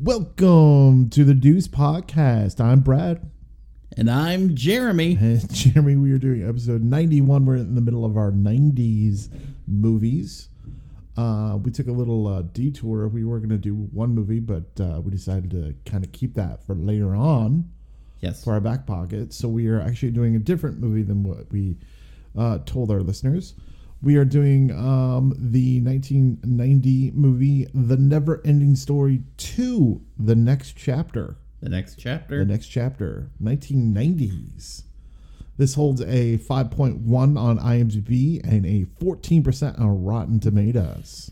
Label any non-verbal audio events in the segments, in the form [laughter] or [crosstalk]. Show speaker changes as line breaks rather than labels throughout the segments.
Welcome to the Deuce Podcast. I'm Brad.
And I'm Jeremy.
And [laughs] Jeremy, we are doing episode 91. We're in the middle of our 90s movies. Uh, we took a little uh, detour. We were going to do one movie, but uh, we decided to kind of keep that for later on
Yes.
for our back pocket. So we are actually doing a different movie than what we uh, told our listeners. We are doing um, the 1990 movie The Never Ending Story 2, The Next Chapter.
The next chapter.
The Next Chapter, 1990s. This holds a 5.1 on IMDb and a 14% on Rotten Tomatoes.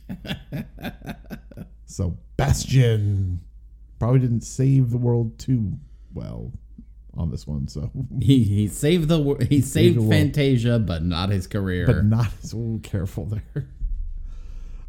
so, Bastion probably didn't save the world too well on this one, so
he, he saved the wor- he saved
the world.
Fantasia, but not his career.
but not as ooh, careful there.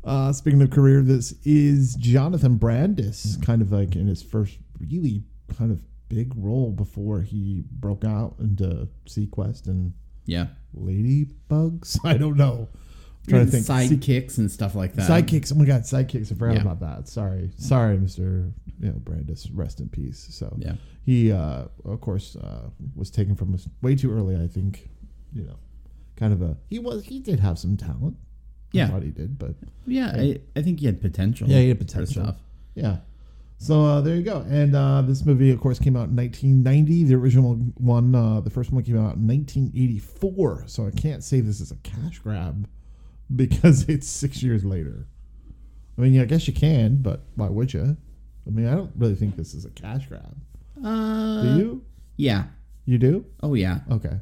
Uh, speaking of career, this is Jonathan Brandis,
Mm-hmm.
kind of like in his first really kind of big role before he broke out into Sequest and
yeah,
Ladybugs. [laughs] I don't know. I'm trying to think. Se-
sidekicks and stuff like that.
sidekicks. Oh my God, sidekicks. I forgot
Yeah.
about that. Sorry, sorry, Mister. You know, Brandis, rest in peace. So
Yeah.
he, uh, of course, uh, was taken from us way too early. I think, you know, kind of a he was he did have some talent. I
Yeah,
thought he did, but
yeah. I, I think he had potential.
Yeah, he had
for
potential.
stuff.
yeah. So uh, there you go. And uh, this movie, of course, came out in 1990. The original one, uh, the first one, came out in 1984. So I can't say this is a cash grab [laughs] because it's six years later. I mean, yeah, I guess you can, but why would you? I mean, I don't really think this is a cash grab. Do
Uh,
you?
yeah.
You do?
Oh yeah.
Okay.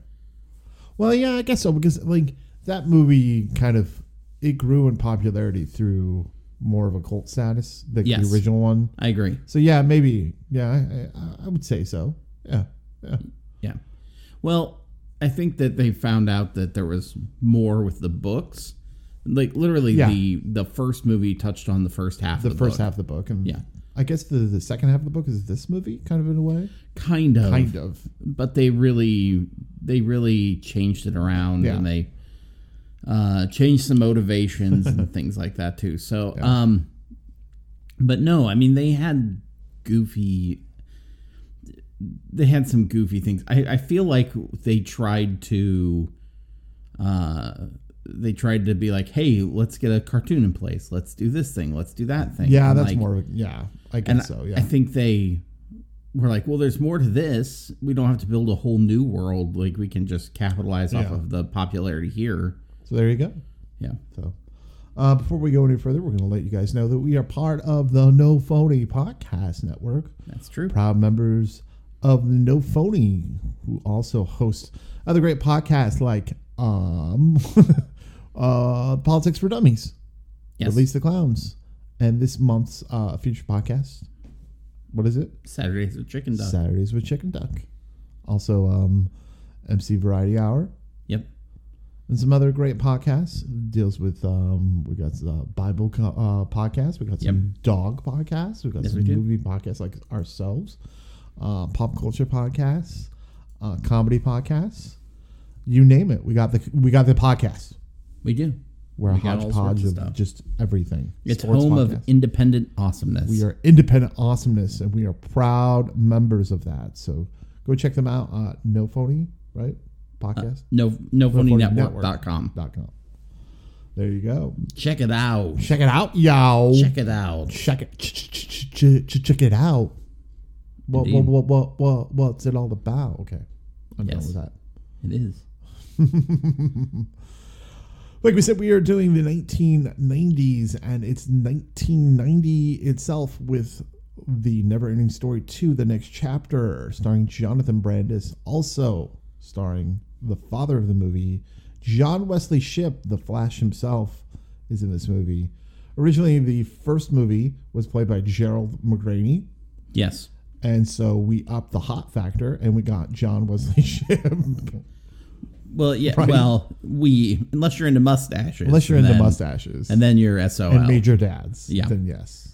Well, yeah, I guess so because like that movie kind of it grew in popularity through more of a cult status, like
Yes.
the original one.
I agree.
So yeah, maybe yeah, I, I, I would say so. Yeah, yeah,
Yeah. Well, I think that they found out that there was more with the books. Like literally,
Yeah.
the the first movie touched on the first half.
the,
of the
first
book.
half of the book, and
Yeah.
I guess the the second half of the book is this movie, kind of in a way,
kind of,
kind of.
but they really they really changed it around
Yeah.
and they uh changed some
[laughs]
motivations and things like that too so um but no i mean they had goofy they had some goofy things i i feel like they tried to uh they tried to be like hey let's get a cartoon in place let's do this thing let's do that thing
Yeah,
And,
that's
like,
more of a, yeah. I
and
guess so. Yeah,
I think they were like, well, there's more to this. We don't have to build a whole new world. Like we can just capitalize off
Yeah.
of the popularity here.
so there you go.
Yeah.
So, uh, before we go any further, we're going to let you guys know that we are part of the No Phony Podcast Network.
That's true.
proud members of the No Phony, who also host other great podcasts like um, [laughs] uh, Politics for Dummies,
Yes.
Release the Clowns, and this month's uh, feature podcast. What is it?
Saturdays with chicken duck.
Saturdays with Chicken Duck. Also, um, MC Variety Hour
yep.
and some other great podcasts deals with um we got the bible co- uh, podcast we got some dog podcasts we got
Yes,
some
we do.
movie podcasts like ourselves uh, pop culture podcasts uh, comedy podcasts you name it we got the we got the podcast
We do.
we're a
We got all
hodgepodge
sorts of
of,
stuff.
just everything
It's
Sports
home
podcasts.
of independent awesomeness.
we are independent awesomeness and we are proud members of that so go check them out uh, no phony right
Uh,
podcast
no no
phony
phony
network.
network.com.
dot com there you go
Check it out.
Check it out, y'all.
Check it out.
Check it. Ch- ch- ch- ch- Check it out. What, what,
Indeed.
what, what, what, what's it all about? Okay. I'm done
Yes.
with that.
It is.
Like we said, we are doing the 1990s, and it's 1990 itself with the never ending story 2, the next chapter, starring Jonathan Brandis, also starring the father of the movie, John Wesley Shipp, the Flash himself, is in this movie. Originally, the first movie was played by Gerald McGraney,
Yes.
and so we upped the hot factor and we got John Wesley [laughs] Shipp.
Well, yeah.
Right.
Well, we unless you're into mustaches.
Unless you're
and
into
then-
mustaches
and then you're SOL.
and major dads,
Yeah.
then yes.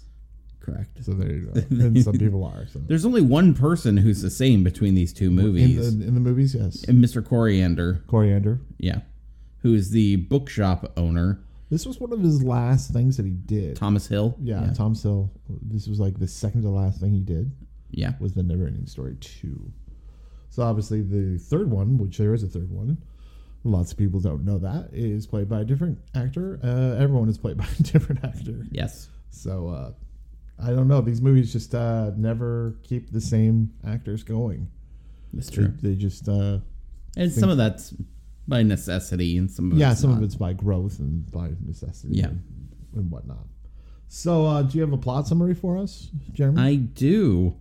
Correct.
So there you go. And some people are. So.
There's only one person who's the same between these two
In
movies.
the, in the movies, yes.
And Mr. Coriander,
Coriander.
yeah, who is the bookshop owner
This was one of his last things that he did.
Thomas Hill.
yeah, Tom Still. This was like the second to last thing he did
Yeah.
was the Neverending Story two. So obviously the third one, which there is a third one, lots of people don't know that is played by a different actor. Uh, everyone is played [laughs] by a different actor.
Yes.
So uh, I don't know. These movies just uh, never keep the same actors going.
That's
They,
true.
they just uh,
And some of that's by necessity, and some of
yeah,
it's
some
not.
of it's by growth and by necessity.
Yeah.
And, and whatnot. So, uh, do you have a plot summary for us, Jeremy?
I do.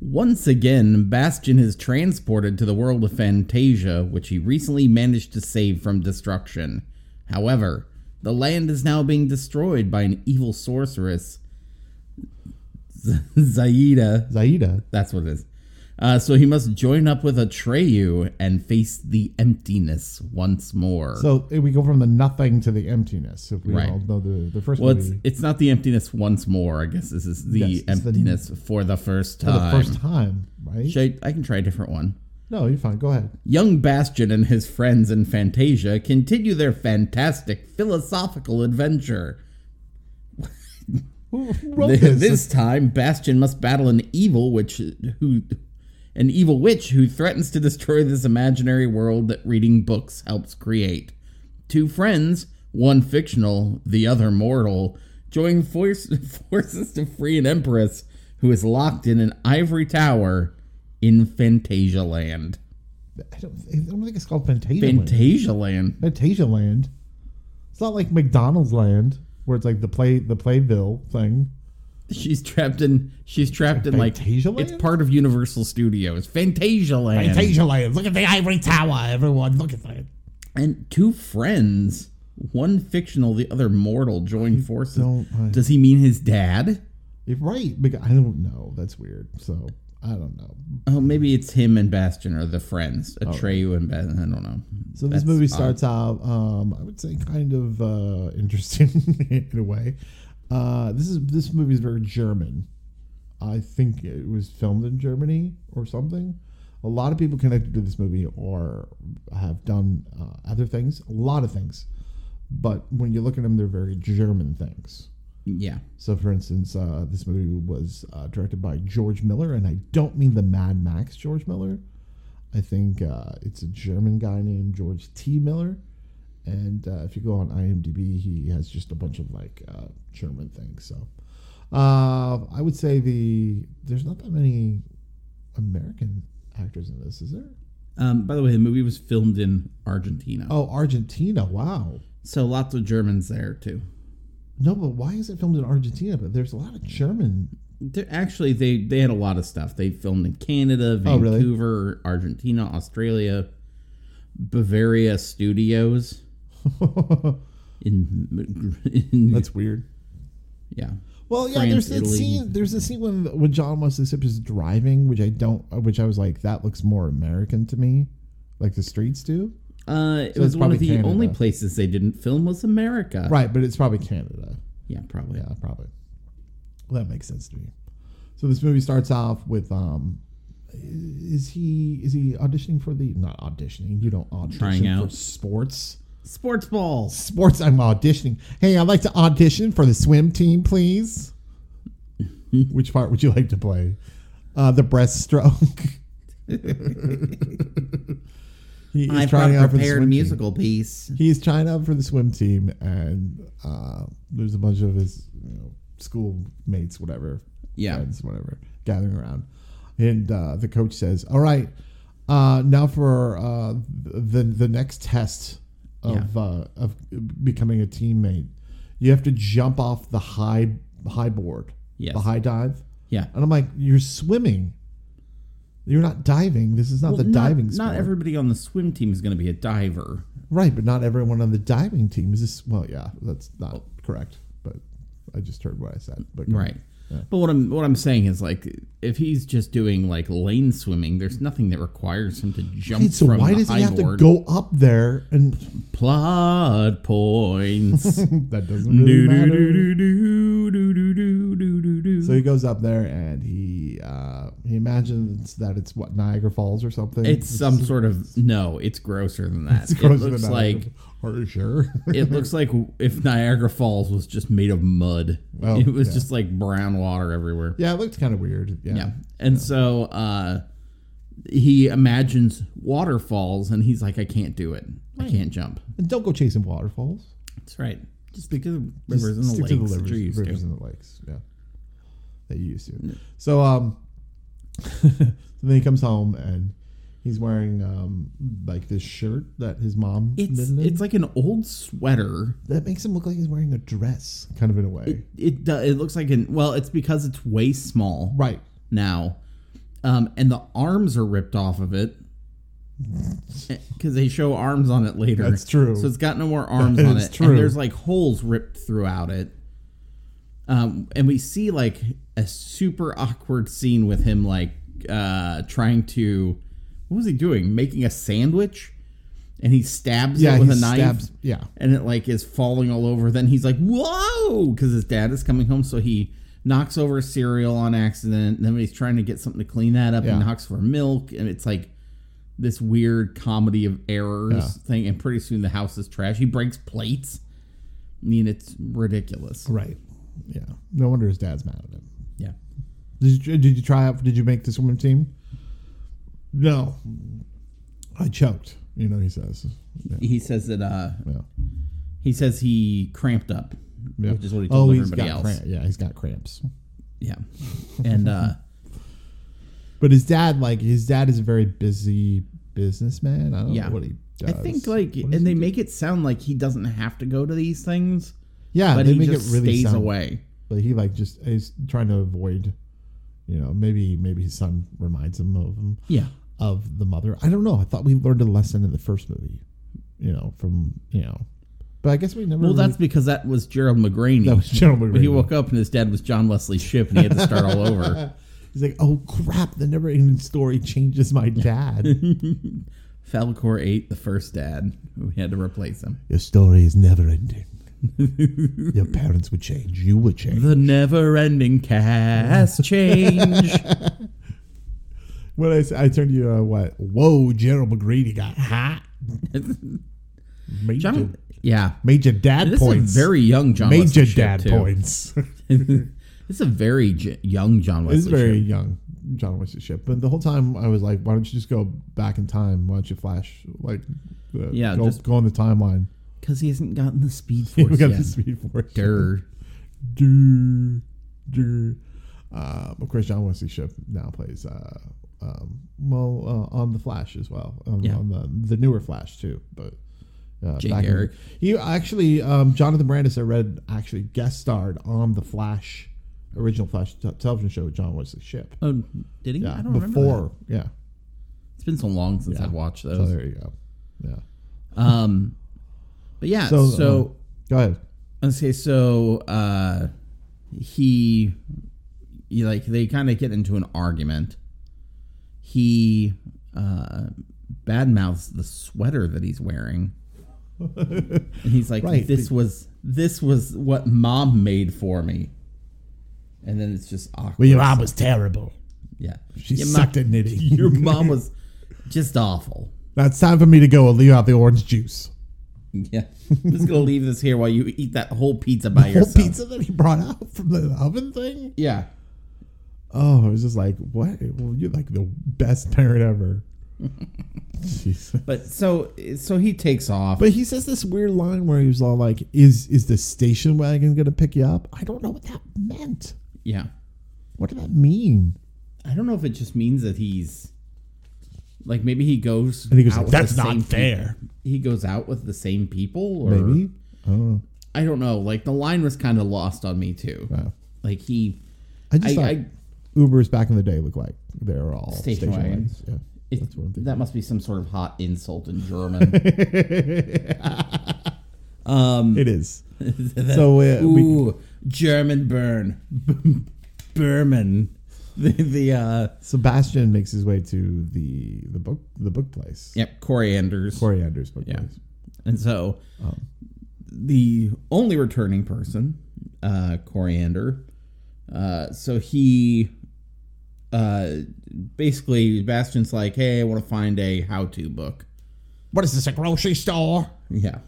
Once again, Bastion is transported to the world of Fantasia, which he recently managed to save from destruction. However, the land is now being destroyed by an evil sorceress, Z- Zaida.
Zaida.
That's what it is. Uh, so he must join up with Atreyu and face the emptiness once more.
So eh, we go from the nothing to the emptiness. If we
Right.
all know the, the first
well, it's,
movie
it's not the emptiness once more. I guess this is the
Yes, it's the-
emptiness for the first
for the
time.
first time, right?
Should I, I can try a different one.
No, you're fine. Go ahead.
Young Bastion and his friends in Fantasia continue their fantastic philosophical adventure.
Who, who wrote
Th-
this?
This time, Bastion must battle an evil witch who, an evil witch who threatens to destroy this imaginary world that reading books helps create. Two friends, one fictional, the other mortal, join force, [laughs] forces to free an empress who is locked in an ivory tower in Fantasia Land.
I don't, I don't think it's called Fantasia. Land.
Fantasia Land.
Fantasia Land. It's not like McDonald's Land where it's like the play the Playville thing.
She's trapped in. She's trapped in like.
Fantasia Land?
It's part of Universal Studios. Fantasia Land.
Land. Look at the ivory tower, everyone. Look at that.
And two friends, one fictional, the other mortal, join forces.
don't- I-
Does he mean his dad?
You're right. Because I don't know. That's weird. So I don't know.
Oh, maybe it's him and Bastion are the friends.
Oh.
Atreyu and Bastion. I don't know.
So this
That's
movie
odd.
starts out, um, I would say, kind of uh, [laughs] interesting in a way. Uh, this is this movie is very German. I think it was filmed in Germany or something. A lot of people connected to this movie or have done uh, other things, a lot of things. But when you look at them, they're very German things.
Yeah.
So, for instance, uh, this movie was uh, directed by George Miller, and I don't mean the Mad Max George Miller. I think uh, it's a German guy named George T. Miller. And uh, if you go on IMDb, he has just a bunch of like uh, German things. So, uh, I would say the there's not that many American actors in this, is there?
Um, by the way, the movie was filmed in Argentina.
Oh, Argentina! Wow.
So lots of Germans there, too.
No, but why is it filmed in Argentina? But there's a lot of German. [laughs]
They're, actually, they, they had a lot of stuff. They filmed in Canada,
Oh, really?
Vancouver, Argentina, Australia, Bavaria Studios. In, in
That's weird.
[laughs] yeah.
Well, yeah,
France,
there's that
Italy.
scene. There's a scene when when John Wesley Sips is driving, which I don't, which I was like, that looks more American to me, like the streets do.
Uh, it
So it's
was one
probably
of the
Canada.
only places they didn't film was America.
Right, but it's probably Canada.
Yeah, probably.
Yeah, probably. Well, that makes sense to me. So this movie starts off with um, is he is he auditioning for the not auditioning? You don't audition
Trying
for
out.
sports.
Sports ball.
Sports. I'm auditioning. Hey, I'd like to audition for the swim team, please. Which part would you like to play? Uh, the breaststroke. [laughs] he is
I've
trying
got a
out for the
prepared
swim team.
musical piece.
He's trying out for the swim team, and uh, there's a bunch of his you know, schoolmates, whatever,
Yeah.
friends, whatever, gathering around. And uh, the coach says, "All right, uh, now for uh, the the next test of uh, of becoming a teammate, you have to jump off the high high board,
Yes.
the high dive."
Yeah.
And I'm like, "You're swimming. You're not diving. This is not the
not,
diving.
Not
sport."
everybody on the swim team is going to be a diver.
Right, but not everyone on the diving team is this. Well, yeah, that's not correct. But I just heard what I said. But
Oh. Right. But what I'm what I'm saying is like if he's just doing like lane swimming, there's nothing that requires him to jump
Hey, so
from
why
the
does
high
he have
board.
to go up there? And [laughs]
Plot points.
that [laughs] doesn't
do,
really
do,
matter.
do, do, do, do, do, do, do, do.
So he goes up there and he uh, He imagines that it's what Niagara Falls or something.
It's some sort of no. It's grosser than that.
[laughs] It's grosser
it
than
looks
Niagara
like
Falls. Are you sure? [laughs]
it looks like if Niagara Falls was just made of mud.
Well,
it was
yeah.
just like brown water everywhere.
yeah, it looked kind of weird. Yeah.
Yeah. And so uh, he imagines waterfalls and he's like, I can't do it. I can't jump.
And don't go chasing waterfalls.
That's right. Just stick to the
Just
rivers and the
stick
lakes
to
that you're used
rivers
to.
and the lakes. Yeah, that you used to. So um, [laughs] then he comes home and he's wearing um like this shirt that his mom
It's
knitted him.
it's like an old sweater.
that makes him look like he's wearing a dress, kind of in a way.
It do- it looks like an well, it's because it's waist small
right.
now, um, and the arms are ripped off of it because they show arms on it later.
That's true.
So it's got no more arms
That
on
is
it.
true.
And there's like holes ripped throughout it. Um, and we see like a super awkward scene with him like uh, trying to what was he doing? Making a sandwich, and he stabs
Yeah,
it with
he
a knife.
stabs- yeah.
and it like is falling all over. Then he's like, "Whoa!" because his dad is coming home, so he knocks over cereal on accident. Then he's trying to get something to clean that up,
Yeah.
and knocks over milk, and it's like this weird comedy of errors
Yeah.
thing, and pretty soon the house is trash. He breaks plates. I mean, it's ridiculous.
Right. Yeah. No wonder his dad's mad at him.
Yeah.
Did you, did you try out? Did you make the swim team? No. I choked. You know he says. Yeah.
He says that uh
yeah.
he says he cramped up,
Yeah.
which is what
oh,
he told
he's
everybody
got
else.
cramp- yeah, he's got cramps.
Yeah.
[laughs]
And uh
But his dad, like his dad, is a very busy businessman. I don't
Yeah.
know what he
I
does.
think like
What does
and
he
they
do?
make it sound like he doesn't have to go to these things,
yeah,
but
they
he
make
just
it really
stays
sound-
away.
But he like just is trying to avoid. You know, maybe maybe his son reminds him of him
Yeah.
of the mother. I don't know. I thought we learned a lesson in the first movie. You know, from you know, but I guess we never.
Well,
really- [laughs]
that's because that was Gerald McGraney.
that was
[laughs]
General
But he
McGregor.
woke up and his dad was John Wesley's ship, and he had to start
[laughs]
all over.
He's like, oh crap, the never ending story [laughs] changes my
[laughs]
dad.
Falcor ate the first dad. We had to replace him.
Your story is never
[laughs]
ending. Your parents would change. You would change.
The
[laughs]
never-ending cast change.
When I, s- I turned to you, uh, what? Whoa, General McGrady got hot. Major,
John, yeah,
major dad
this
points.
is a very young John.
major
Wesley Shipp,
dad
too.
points.
[laughs] This is a very j- young John Wesley.
This is very
Shipp.
young John Wesley ship. But the whole time I was like, why don't you just go back in time? Why don't you flash like, uh,
Yeah,
go,
just-
go on the timeline? [laughs]
because he hasn't gotten the Speed
We
Force
got
yet.
the speed force.
Durr.
do do. Um, of course, John Wesley Shipp now plays uh, um, well uh, on the Flash as well, um,
Yeah.
on the, the newer Flash too. But uh,
Jay
back in-
Garrick.
he actually um, Jonathan Brandis I read actually guest starred on the Flash original Flash t- television show with John Wesley Shipp.
Oh, did he?
Yeah,
I don't remember. that.
before yeah.
It's been so long since
Yeah.
I've watched
So
those.
there you go. Yeah,
Um, but yeah,
So,
so,
um, go ahead.
Okay, so uh, he, he like they kind of get into an argument. He uh, badmouths the sweater that
[laughs]
he's wearing, and he's like,
Right,
"This was this was what mom made for me." And then it's just awkward.
was terrible.
yeah,
She
your mom,
sucked at knitting. [laughs]
your mom was just awful. [laughs]
Now it's time for me to go and leave out the orange juice.
Yeah, I'm just gonna leave this here while you eat that whole pizza by
[laughs] whole
yourself.
pizza that he brought out from the oven thing.
Yeah.
Oh, it was just like, what? Well, you're like the best parent [laughs] ever. Jeez.
But so so he takes off.
But he says this weird line where he was all like, "Is is the station wagon gonna pick you up?" I don't know what that meant.
yeah.
What did that mean?
I don't know if it just means that he's like maybe he goes
And he goes, like,
out with the
"That's not
same
fair."
peop- he goes out with the same people or
Maybe. Oh,
I don't know. Like the line was kind of lost on me too.
wow.
Like he
I just
I-
thought
I-
Ubers back in the day looked like they were all
Station
station, wagons.
wagons.
Yeah,
it,
that's what I'm thinking.
that must be some sort of hot insult in
[laughs]
German. um
It [laughs] is. so uh, we,
ooh, German burn. [laughs] Berman. The the uh
Sebastian makes his way to the the book the book place.
yep, corianders.
Corey Anders book
Yeah.
place.
And so the only returning person, uh, Coriander, uh, so he uh, basically Bastion's like, hey, I want to find a how-to book.
What is this, a grocery store?
Yeah,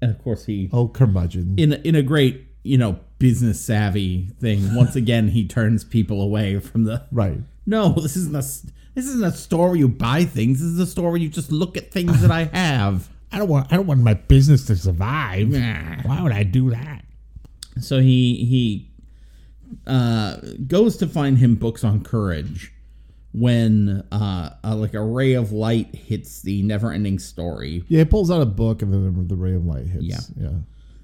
and of course he
Oh, curmudgeon.
in in a great you know business savvy thing. Once again, he turns people away from the
right.
No, this isn't a s- this isn't a store where you buy things. This is a store where you just look at things that I have.
I don't want I don't want my business to survive. Why would I do that?
So he he uh, goes to find him books on courage when uh, uh, like a ray of light hits the never-ending story.
Yeah, it pulls out a book and then the ray of light hits.
Yeah.
Yeah.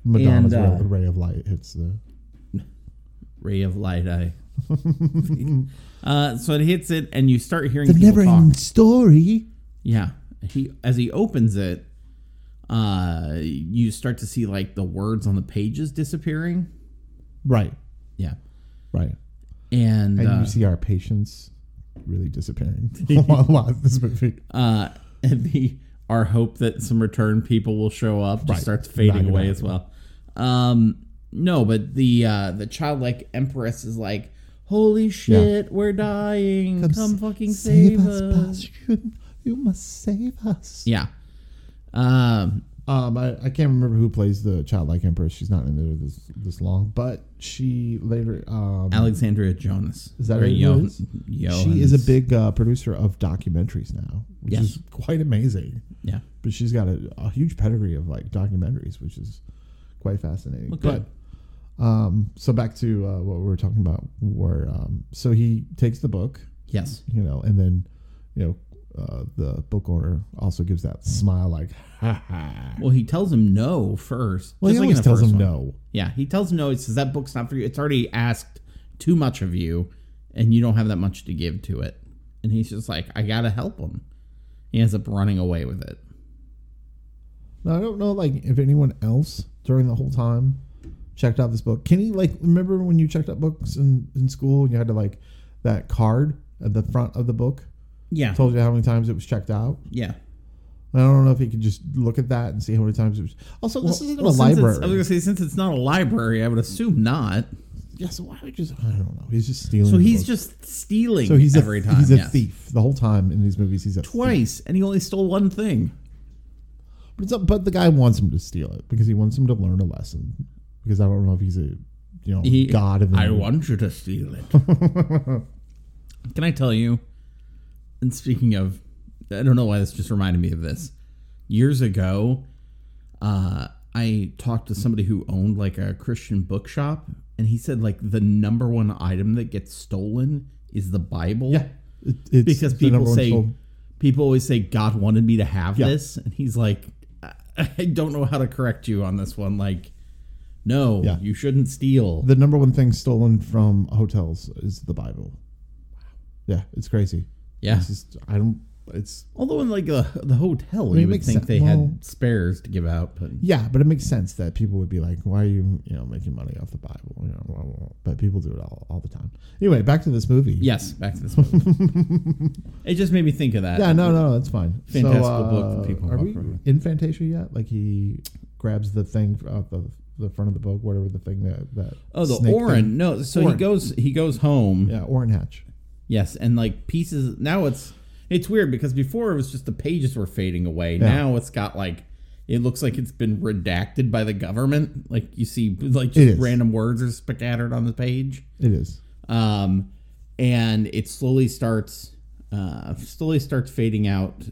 Madonna's
And,
ray-
uh,
the ray of light hits the
Ray of light, I. uh, so it hits it, and you start hearing
The
people
never
talk.
ending story.
Yeah, he as he opens it, uh, you start to see like the words on the pages disappearing.
Right.
Yeah,
Right.
and,
And
uh,
you see our patience really
[laughs]
disappearing [laughs] while watching this movie.
uh, [laughs] and the our hope that some return people will show up just
Right.
starts
Not
fading
gonna
away as well. Um, no, but the uh, the childlike empress is like, "Holy shit, we're dying! Come, fucking save, us!"
Bastion. You must save us.
Yeah. Um,
Um, I, I can't remember who plays the childlike empress. She's not in there this this long, but she later um,
Alexandria Jonas.
Is that
Or
who it
Johan-
is? she is a
Johans.
big uh, producer of documentaries now, which
Yes.
is quite amazing.
yeah.
But she's got a, a huge pedigree of like documentaries, which is quite fascinating.
Okay.
But um, so back to uh, what we were talking about, where um, so he takes the book,
Yes.
you know, and then you know. Uh, the book owner also gives that smile, like ha ha.
Well, he tells him no first.
Well, he
just like in
always
the
tells
first
him
one.
no.
Yeah, he tells him no. He says that book's not for you. It's already asked too much of you, and you don't have that much to give to it. And he's just like, I gotta help him. He ends up running away with it.
Now, I don't know, like, if anyone else during the whole time checked out this book. Kenny, like, remember when you checked out books in, in school and you had to, like, that card at the front of the book
Yeah.
told you how many times it was checked out?
Yeah.
I don't know if you could just look at that and see how many times it was. Also, this isn't a
since it's-
library.
I was gonna say since it's not a library, I would assume not.
yeah, so why would you just, I don't know. He's just stealing.
So
the
he's
books.
just stealing.
so he's
every
a,
time.
He's a
yeah.
thief. The whole time in these movies, he's a thief.
Twice, and he only stole one thing.
But, it's- but the guy wants him to steal it because he wants him to learn a lesson. Because I don't know if he's a, you know,
He,
god of the
I
movie.
want you to steal it. [laughs] Can I tell you? And speaking of, I don't know why this just reminded me of this. Years ago, uh, I talked to somebody who owned like a Christian bookshop, and he said like the number one item that gets stolen is the Bible.
Yeah. It, it's
because
the
people
number one
say
sold-
people always say God wanted me to have
Yeah.
this, and he's like, I I [laughs] don't know how to correct you on this one. Like, no,
Yeah.
you shouldn't steal.
the number one thing stolen from hotels is the Bible. Yeah, it's crazy.
yeah,
It's just I don't. It's
Although in like the the hotel,
it
you would
makes
think
sen-
they
well-
had spares to give out, but
yeah, but it makes sense that people would be like, "Why are you you know making money off the Bible?" You know, blah, blah, blah. but people do it all, all the time. Anyway, back to this movie.
yes, back to this movie.
[laughs]
it just made me think of that.
Yeah, no, no, that's fine.
Fantastical
so, uh,
book that people
Are
walk
we
around.
in Fantasia yet? Like he grabs the thing out the the front of the book, whatever the thing that that.
Oh, the
snake
Orin.
thing-
No, so
Orin.
he goes he goes home.
Yeah, Orin Hatch.
Yes, and like pieces. Now it's it's weird because before it was just the pages were fading away. Now it's got like it looks like it's been redacted by the government. Like you see, like
It is.
just random words are spattered on the page.
It is.
um, and it slowly starts uh, slowly starts fading out.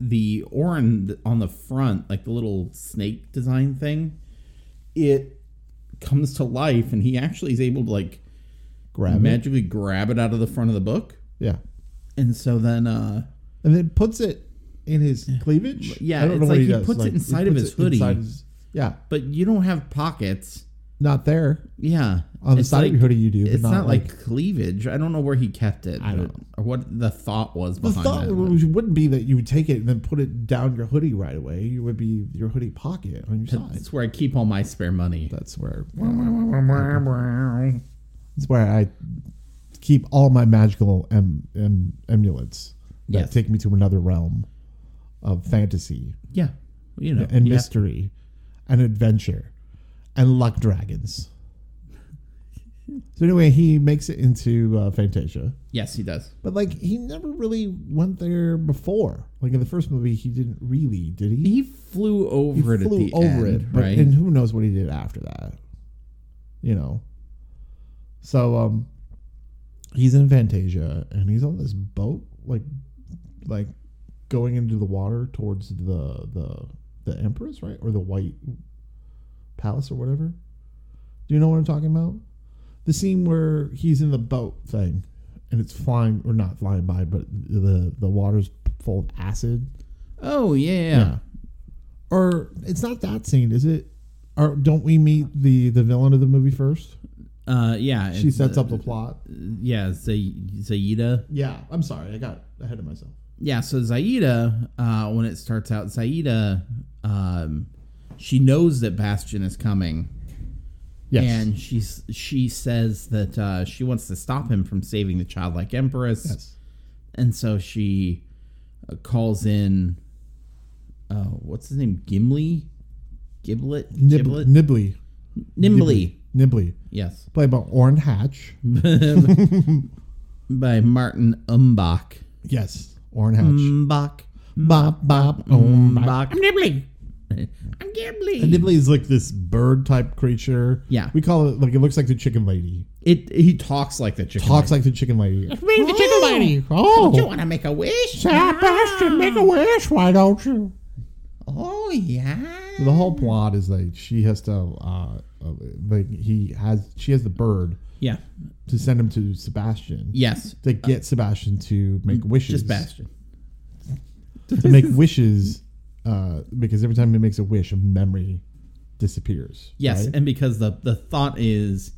The orange on the front, like the little snake design thing, it comes to life, and he actually is able to like
Grab it.
magically grab it out of the front of the book.
Yeah.
And so then, uh,
and then puts it in his cleavage.
yeah, it's like he puts it inside of his hoodie.
his- yeah,
but you don't have pockets.
not there
Yeah,
on the
It's
side
like-
of your hoodie. You do, but
It's
not, like,
cleavage. I don't know where he kept it. I
don't
or what the thought was
the
behind
thought
that.
would- wouldn't be that you would take it and then put it down your hoodie right away. You would be your hoodie pocket on your side.
That's where I keep all my spare money.
That's where that's where I keep all my magical em, em, amulets that
Yes.
take me to another realm of fantasy
Yeah, you know,
and
you have-
mystery and adventure and luck dragons. So anyway, he makes it into uh, Fantasia,
Yes, he does.
but like he never really went there before. Like in the first movie, he didn't really, did he?
He flew over it at the end,
but,
right?
And who knows what he did after that? You know. So um, he's in Fantasia, and he's on this boat, like, like going into the water towards the the the Empress, right, or the White Palace or whatever. Do you know what I'm talking about? The scene where he's in the boat thing, and it's flying or not flying by, but the the water's full of acid.
oh yeah, yeah. yeah.
Or it's not that scene, is it? Or don't we meet the the villain of the movie first?
Uh, yeah,
She
it's,
sets
uh,
up the plot.
Yeah, Zay- Zaida.
Yeah, I'm sorry, I got ahead of myself.
Yeah, so Zaida, uh, when it starts out, Zaida, um, she knows that Bastion is coming,
Yes.
and she's she says that uh, she wants to stop him from saving the childlike empress,
yes.
and so she uh, calls in. Uh, what's his name? Gimli, Giblet,
Nib-
Giblet,
Nibbly.
Nimbly.
Nibbly.
Yes, [laughs]
Played by Orrin Hatch.
by Martin Umbach.
Yes. Orrin Hatch.
Umbach.
Bop bop oh om, Mm-hmm. bop.
Umbach. I'm Nibbly. I'm Gimli.
And Nibbly is like this bird type creature.
Yeah.
We call it like it looks like the chicken lady.
It he talks like the chicken.
Talks like the chicken lady.
like the chicken lady. you
Oh,
want to make a wish?
make a wish, why don't you?
Oh yeah.
the whole plot is like she has to uh uh, like he has she has the bird
Yeah.
to send him to sebastian
Yes.
to get sebastian to make wishes
Just Bastion.
to make wishes uh because every time he makes a wish a memory disappears
Yes,
right?
and because the the thought is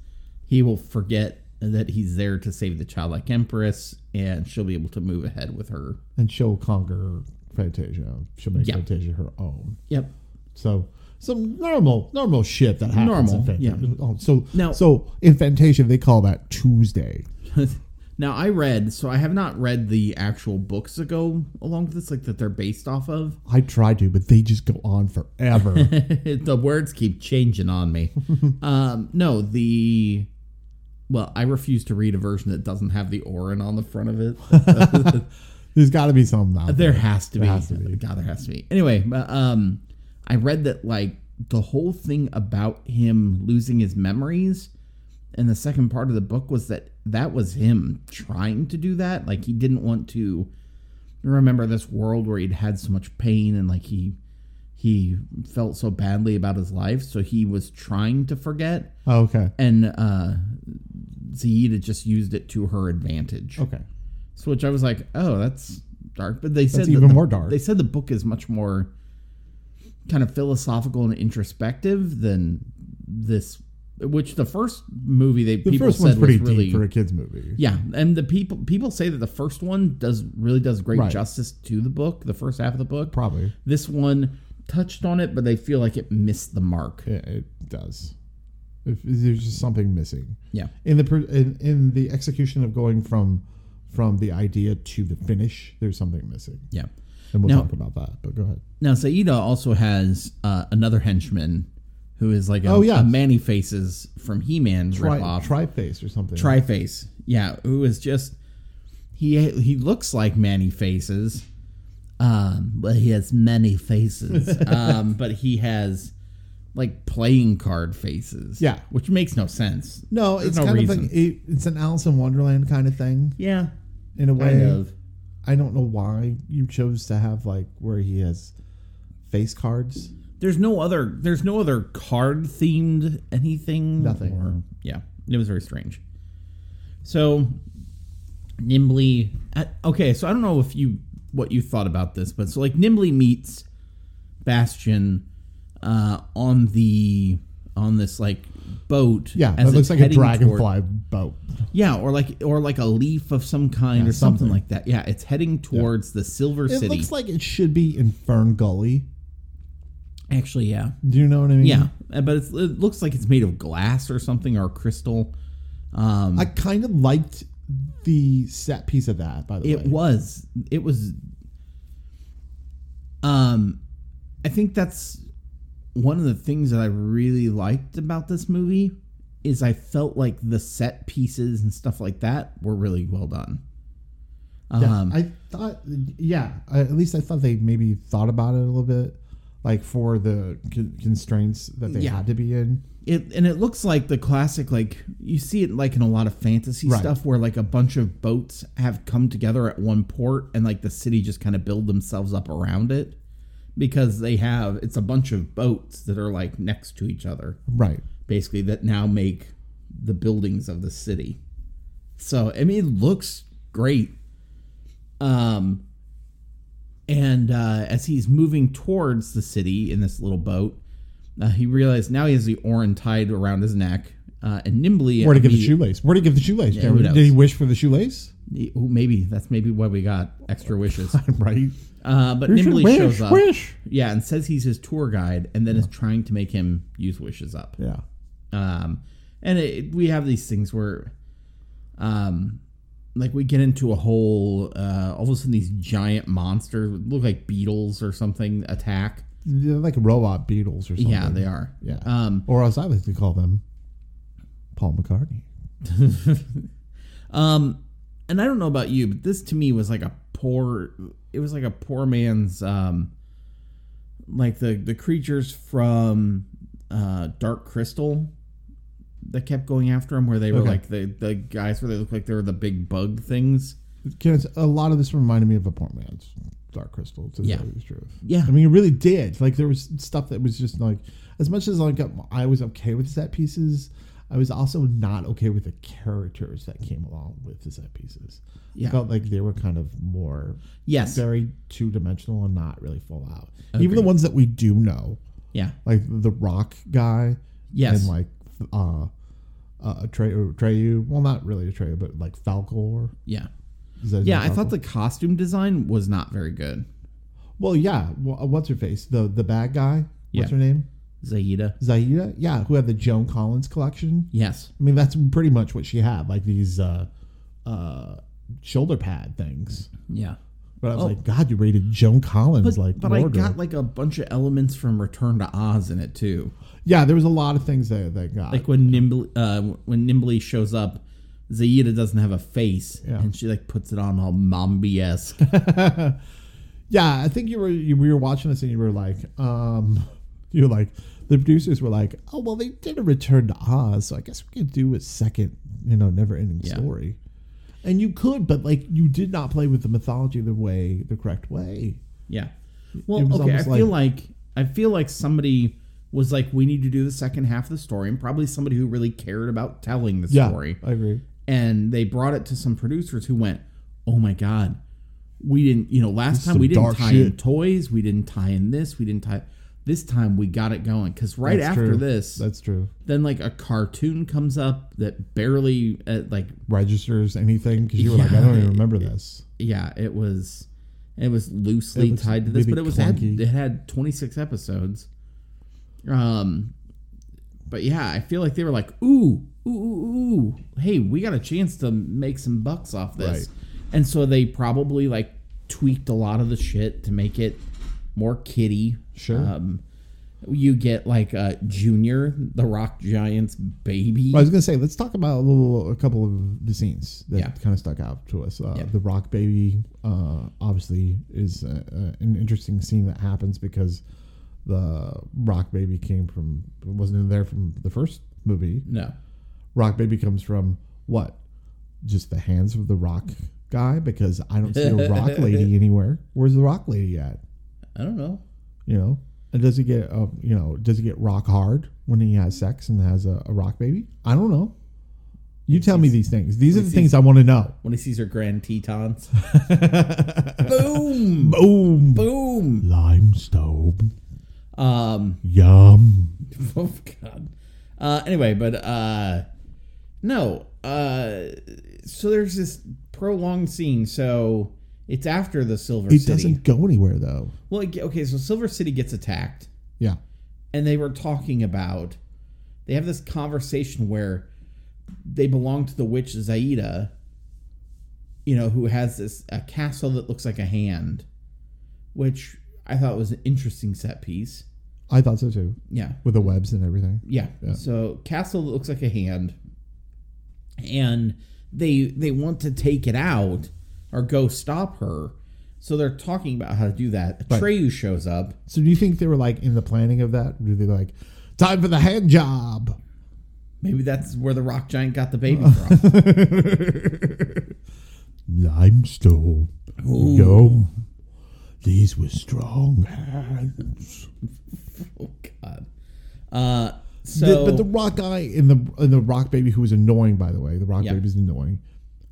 he will forget that he's there to save the childlike empress, and she'll be able to move ahead with her.
and she'll conquer fantasia she'll make
Yeah.
fantasia her own
Yep.
so some normal normal shit that happens
Normal,
in fantasia oh, so
Now-
so in fantasia they call that tuesday
[laughs] now I read, so I have not read the actual books that go along with this, like that they're based off of.
i try to but they just go on
[laughs]
forever
the words keep changing on me. um, no, the well, I refuse to read a version that doesn't have the Orin on the front of it.
[laughs] There's got to be something out
there has to be.
has to be.
God, there has to be. Anyway, but, um, I read that like the whole thing about him losing his memories, and the second part of the book was that that was him trying to do that. Like he didn't want to remember this world where he'd had so much pain and like he he felt so badly about his life, so he was trying to forget,
Oh, okay.
and uh, Zaida just used it to her advantage.
Okay.
So which I was like, oh, that's dark. But they said that
even
the-
more dark.
They said the book is much more kind of philosophical and introspective than this, which the first movie they
The
people
first
said
one's pretty
was really
deep for a kids movie.
yeah, and the people people say that the first one does really does great
Right.
justice to the book, the first half of the book.
Probably.
This one touched on it, but they feel like it missed the mark.
It, it does. If, there's just something missing
Yeah,
in the pr- in, in the execution of going from from the idea to the finish. There's something missing,
yeah.
and we'll
Now-
talk about that. But go ahead.
Now Saida also has uh, another henchman who is like a,
Oh, yeah.
a Manny Faces from He Man
Tri
ripoff.
tri face or something.
Tri Face, yeah, who is just he he looks like Manny Faces, um, but he has
[laughs]
many faces. um, but he has like playing card faces,
Yeah.
which makes no sense.
No, it's
no
kind
reason.
of like it, it's an Alice in Wonderland kind of thing
Yeah,
in a way.
kind of.
I don't know why you chose to have like where he has face cards.
There's no other. There's no other card themed anything.
Nothing.
Or, yeah, it was very strange. So, Nimbly. uh, Okay, so I don't know if you what you thought about this, but so like Nimbly meets Bastion uh, on the on this like boat.
Yeah,
as
that looks
it's
like a
heading toward-
dragonfly boat.
yeah, or like or like a leaf of some kind or something. like that. Yeah, it's heading towards the Silver
It
City.
looks like it should be in Fern Gully.
Actually, yeah.
Do you know what I mean?
Yeah, uh, but it's, it looks like it's made of glass or something or crystal. Um,
I kind of liked the set piece of that, by the
it
way.
was. It was. Um, I think that's one of the things that I really liked about this movie is I felt like the set pieces and stuff like that were really well done.
Yeah,
Um,
I thought, yeah, I- at least I thought they maybe thought about it a little bit, like for the con- constraints that they
Yeah.
had to be in.
it and it looks like the classic like you see it like in a lot of fantasy
Right.
stuff where like a bunch of boats have come together at one port and like the city just kind of build themselves up around it because they have it's a bunch of boats that are like next to each other
Right.
basically that now make the buildings of the city. So I mean, it looks great. Um, and uh, as he's moving towards the city in this little boat, uh, he realized now he has the orin tied around his neck, uh, and nimbly.
Where to give the
he-
shoelace? Where to give the shoelace?
who
Jared?
knows?
Did he wish for the shoelace? [laughs]
he- oh, maybe that's maybe why we got extra wishes.
right.
Uh, but
Wish,
nimbly
wish,
shows up,
wish.
yeah, and says he's his tour guide, and then is trying to make him use wishes up.
Yeah.
um, and it, we have these things where um, like we get into a whole uh, all of a sudden these giant monsters look like beetles or something attack
They're like robot beetles or something.
yeah they are
Yeah.
um,
or as I like to call them, Paul McCartney.
um, and i don't know about you but this to me was like a poor it was like a poor man's um, like the the creatures from uh, dark crystal that kept going after him where they were
Okay.
like the, the guys where they looked like they were the big bug things
Because a lot of this reminded me of a poor man's Dark Crystal. To
Yeah.
tell you the truth.
yeah
I mean, it really did. Like there was stuff that was just like, as much as like I was okay with set pieces, I was also not okay with the characters that came along with the set pieces.
Yeah.
I felt like they were kind of more
Yes.
very two dimensional and not really full out. Even the ones that we do know,
Yeah.
like the Rock guy,
Yes.
and like uh, uh Trey Treyu. Well, not really Treyu, but like Falcor.
yeah.
Is that his
Yeah.
name,
I thought
Falcor?
the costume design was not very good.
Well, yeah. Well, what's her face? The the bad guy.
Yeah.
What's her name?
Zaida.
Zaida, yeah, who had the Joan Collins collection.
Yes.
I mean, that's pretty much what she had, like these uh, uh, shoulder pad things.
Yeah.
But I was like, God, you rated Joan Collins like
Oh. But I
wardrobe."
got like a bunch of elements from Return to Oz in it too.
yeah, there was a lot of things that that got
Like when Nimbly uh, when Nimbly shows up, Zaida doesn't have a face
Yeah.
and she like puts it on all mombi esque.
[laughs] yeah, I think you were you, we were watching this and you were like, um, [laughs] you were like, the producers were like, oh well, they did a Return to Oz, so I guess we could do a second, you know, never ending
Yeah.
story. And you could, but like you did not play with the mythology the way the correct way.
yeah. Well,
It was
okay, I
almost
feel like I feel like somebody was like, we need to do the second half of the story, and probably somebody who really cared about telling the story.
I agree.
and they brought it to some producers who went, "Oh my god, we didn't. You know, last time
some
we didn't
dark
tie in
shit.
toys, we didn't tie in this, we didn't tie. This time we got it going because right
That's
after
true.
this,
That's true.
then like a cartoon comes up that barely uh, like
Registers anything because you were like, I don't even remember this.
yeah, it was it was loosely
It was
tied to this,
really
but it was had,
clunky.
it had 26 episodes. Um but yeah, I feel like they were like, "Ooh, ooh, ooh, ooh. Hey, we got a chance to make some bucks off this."
Right.
And so they probably like tweaked a lot of the shit to make it more kiddie.
Sure.
Um you get like uh Junior, the Rock Giants baby.
Well, I was gonna say, let's talk about a little, a couple of the scenes that
Yeah.
kind of stuck out to us. Uh,
Yeah.
The rock baby, uh, obviously, is uh uh an interesting scene that happens because the rock baby came from wasn't in there from the first movie.
No.
Rock baby comes from what? Just the hands of the rock guy because I don't see a rock
[laughs]
lady anywhere. Where's the rock lady at?
I don't know.
you know and does he get uh, you know does he get rock hard when he has sex and has a, a rock baby i don't know you tell me these things these are the things i want to know
When he sees her grand
[laughs]
tetons. Boom.
boom
Boom.
limestone
Um. [laughs]
yum
Oh God. Uh, anyway, but uh, no. Uh, so there's this prolonged scene. So it's after the Silver
it
City.
doesn't go anywhere though
Well, it- okay. So Silver City gets attacked,
yeah
and they were talking about. They have this conversation where they belong to the witch Zaida. You know, who has this a castle that looks like a hand, which I thought was an interesting set piece.
I thought so too,
Yeah.
with the webs and everything.
Yeah.
Yeah.
So Castle looks like a hand, and they they want to take it out or go stop her. So they're talking about how to do that. Atreyu shows up.
So do you think they were like in the planning of that? Do they like time for the hand job?
Maybe that's where the rock giant got the baby
Oh. [laughs]
from.
Limestone.
Ooh.
No. These were strong hands.
oh God. Uh, so
but the rock guy in the in the rock baby who was annoying, by the way, the rock
Yeah.
baby's annoying.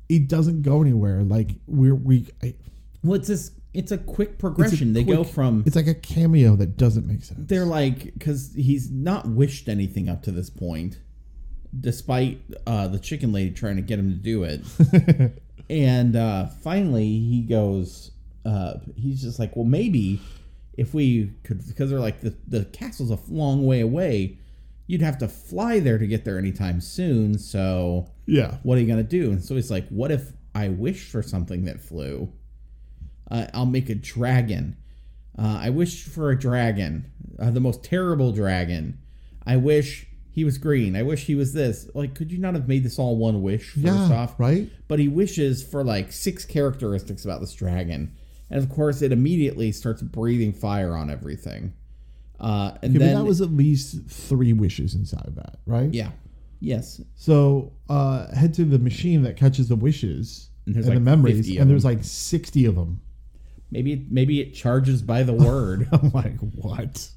It doesn't go anywhere. Like we're we, I,
what's this? It's a quick progression. they go
quick-
from
it's like a cameo that doesn't make sense.
they're like because he's not wished anything up to this point despite uh, the chicken lady trying to get him to do
[laughs]
it and uh, finally he goes uh, he's just like well maybe if we could because they're like the, the castle's a long way away you'd have to fly there to get there anytime soon so
yeah,
what are you gonna do? And so he's like, what if I wish for something that flew? Uh, I'll make a dragon. Uh, I wish for a dragon, uh, the most terrible dragon. I wish he was green. I wish he was this. Like, could you not have made this all one wish? First
yeah,
off,
right.
but he wishes for like six characteristics about this dragon, and of course, it immediately starts breathing fire on everything. Uh, and
Yeah,
then
but that was at least three wishes inside of that, right?
yeah, yes,
So uh, head to the machine that catches the wishes and,
there's
the
like
memories,
50 of
and there's like sixty of them.
maybe maybe it charges by the
[laughs]
word. [laughs]
I'm like, what?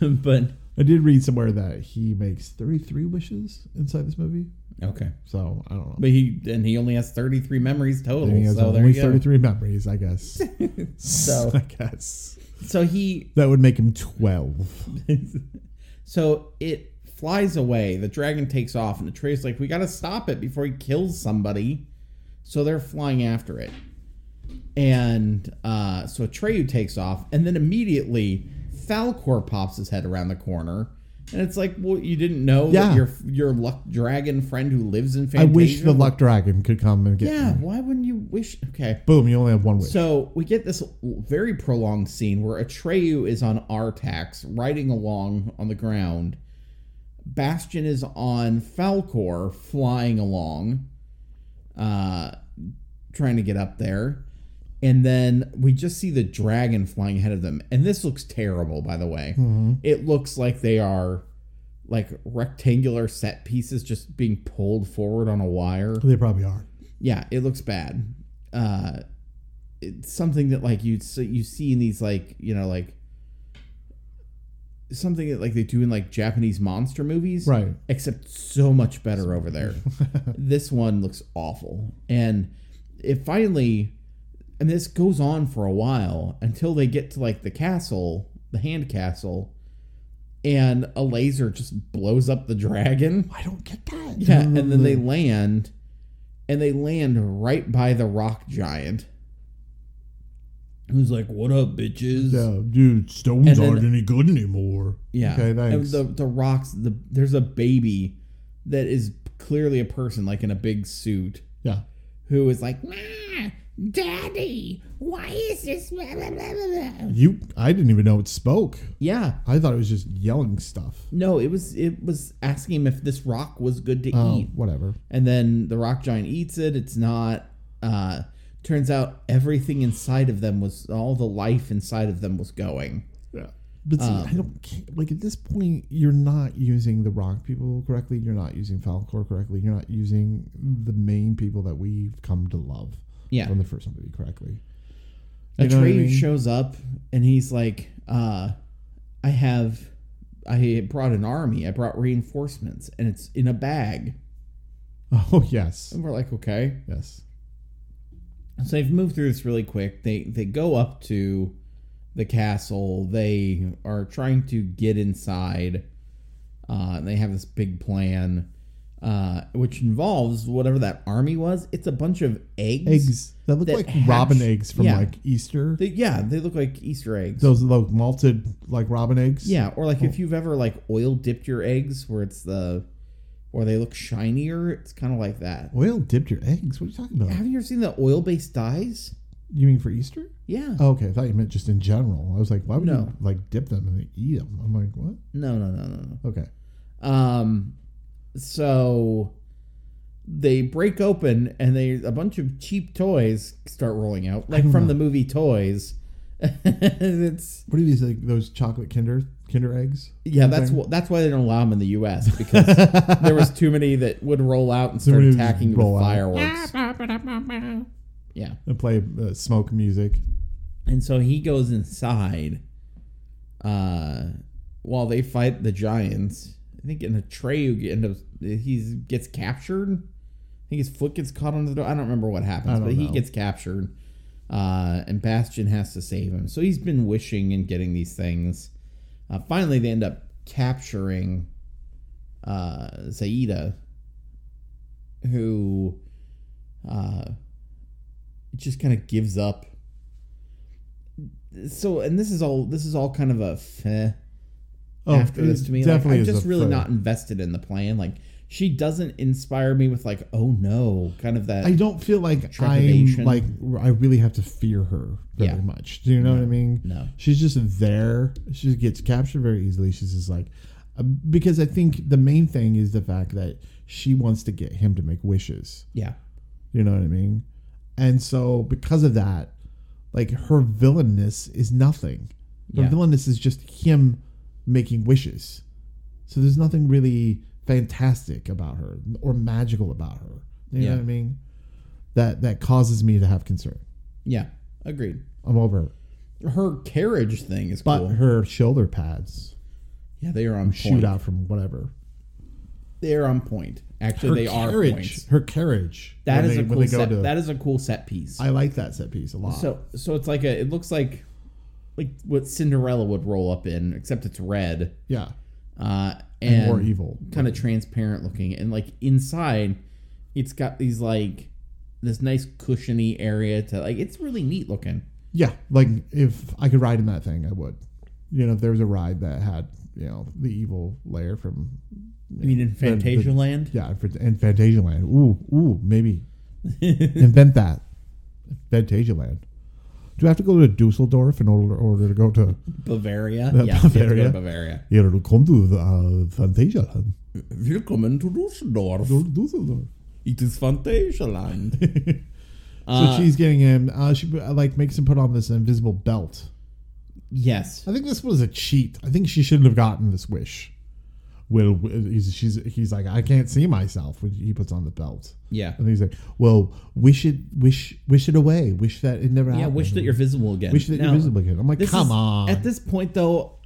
but
I did read somewhere that he makes 33 wishes inside this movie.
okay.
So I don't know.
But he and he only has 33 memories total.
He has
so there
only
you go.
33 memories, I guess.
[laughs] So-
[laughs] I guess
So he
that would make him 12.
so it flies away. The dragon takes off, and the tray's like, "We got to stop it before he kills somebody." So they're flying after it, and uh, so Atreyu takes off, and then immediately Falcor pops his head around the corner. And it's like, well, you didn't know
Yeah.
that your your luck dragon friend who lives in
I
Fantasia.
wish the luck dragon could come and get
Yeah,
me.
why wouldn't you wish? Okay,
Boom, you only have one wish.
So we get this very prolonged scene where Atreyu is on Artax riding along on the ground. Bastion is on Falcor flying along, uh, trying to get up there. And then we just see the dragon flying ahead of them. And this looks terrible, by the way.
Mm-hmm.
It looks like they are like rectangular set pieces just being pulled forward on a wire
they probably are.
yeah, it looks bad. Uh, it's something that like you so you see in these like you know like something that like they do in like Japanese monster movies, [laughs]
Right.
Except so much better over there. this one looks awful, and it finally, and this goes on for a while until they get to like the castle, the hand castle, and a laser just blows up the dragon.
I don't get that.
Yeah, and [laughs] then they
Mm-hmm.
land, and they land right by the rock giant, who's like, "What up, bitches?"
Yeah, dude, stones
And then-
aren't any good anymore.
Yeah,
Okay, thanks.
And the the rocks. The there's a baby that is clearly a person, like in a big suit,
yeah.
who is like, "Nah, "Daddy, why is this?" blah, blah, blah, blah, blah?"
You, I didn't even know it spoke.
Yeah,
I thought it was just yelling stuff.
no, it was it was asking him if this rock was good to
Oh,
eat.
whatever.
and then the rock giant eats it it's not uh turns out everything inside of them was all the life inside of them was going
Yeah. But see,
Um,
I don't ca- like at this point. You're not using the rock people correctly. You're not using Falcor correctly. You're not using the main people that we've come to love
yeah
from the first movie correctly.
a
You know what I mean?
shows up and he's like uh i have i brought an army i brought reinforcements and it's in a bag
[laughs] Oh yes,
and we're like okay
yes.
so they've moved through this really quick. They they go up to the castle. They are trying to get inside. Uh, and they have this big plan, uh, which involves whatever that army was. It's a bunch of eggs.
Eggs that look
that
like
hatch-
robin eggs from
yeah.
like Easter.
They, yeah, they look like Easter eggs.
Those like malted like robin eggs.
yeah, or like if you've ever like oil dipped your eggs, where it's the, or they look shinier. It's kind of like that.
Oil dipped your eggs. What are you talking about?
Have you ever seen the oil based dyes?
You mean for Easter?
Yeah.
Oh, okay, I thought you meant just in general. I was like, why would
No.
you like dip them and then eat them? I'm like, what?
No, no, no, no, no.
Okay.
Um, so they break open and they a bunch of cheap toys start rolling out, like from the movie Toys. [laughs] And it's
What are these like those chocolate Kinder Kinder eggs?
yeah, that's wh- that's why they don't allow them in the U.S. because
[laughs]
there was too many that would roll out and start
many would
attacking you
roll
with
out.
fireworks. Yeah,
And play uh, smoke music.
and so he goes inside, uh, while they fight the giants. I think in a tray, you end up he gets captured. I think his foot gets caught under the door. I don't remember what happens,
don't
but he
know.
gets captured. Uh, and Bastion has to save him. So he's been wishing and getting these things. Uh, finally, they end up capturing uh, Zaida, who uh, just kind of gives up. So, and this is all this is all kind of a feh after this
Oh, it
to me.
definitely
like,
is
I'm just
a
really
fur.
not invested in the plan. Like she doesn't inspire me with like, oh no, kind of that.
I don't feel like I'm
Trepidation.
like I really have to fear her very
Yeah.
much. Do you know what I mean?
no.
She's just there. She gets captured very easily. She's just like, uh, because I think the main thing is the fact that she wants to get him to make wishes.
yeah,
You know what I mean? And so because of that, like her villainness is nothing. Her
Yeah.
villainness is just him making wishes. So there's nothing really fantastic about her or magical about her. You
Yeah.
know what I mean? That that causes me to have concern.
yeah, agreed.
I'm over it.
Her carriage thing is
But
cool.
her shoulder pads
yeah, they are on point.
shoot out from whatever.
They are on point. Actually,
Her
they are
carriage.
points.
Her carriage.
That
when
is
they-
a
when
cool
they go
set.
to-
that is a cool set piece.
I like that set piece a lot.
so, so it's like a. It looks like, like what Cinderella would roll up in, except it's red
yeah.
uh, and
more evil.
kind of transparent looking. And like inside, it's got these like this nice cushiony area to like. It's really neat looking.
Yeah, like if I could ride in that thing, I would. You know, if there was a ride that had you know the evil layer from
I mean, in Fantasia
the-
Land,
yeah for, and Fantasia Land. Ooh, ooh, maybe invent that Fantasia Land. Do I have to go to Dusseldorf in order order to go to?
Bavaria,
Uh,
yeah,
Bavaria.
Bavaria. Bavaria.
You know, to come to uh, Fantasia Land.
Willkommen to Düsseldorf.
Go to Dusseldorf.
It is Fantasia Land.
So she's getting him. Uh, she uh, like makes him put on this invisible belt.
[laughs] yes.
I think this was a cheat. I think she shouldn't have gotten this wish. Well, w- he's she's, he's like, I can't see myself when he puts on the belt,
Yeah.
and he's like, Well, wish it, wish, wish it away, wish that it never
Yeah.
happened.
Wish that you're visible again.
wish that
Now,
you're visible again. I'm like,
this
Come
is-
on,
At this point, though,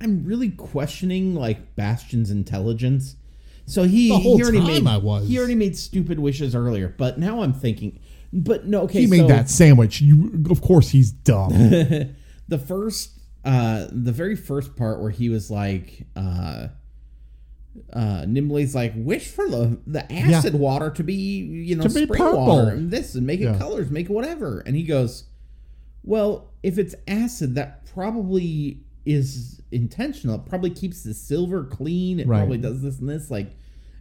I'm really questioning like Bastion's intelligence. So he,
The whole
he already
time
made
I was.
he already made stupid wishes earlier, but now I'm thinking, but no, okay,
he made
so
that sandwich. You, of course, he's
[laughs]
dumb.
the first, uh, the very first part where he was like, uh, uh, Nimbly's like, wish for the the acid water to be you know
To be
spring
purple.
water and this and make it
Yeah.
colors, make it whatever, and he goes, Well, if it's acid, that probably is intentional. It probably keeps the silver clean. It
Right.
probably does this and this. Like,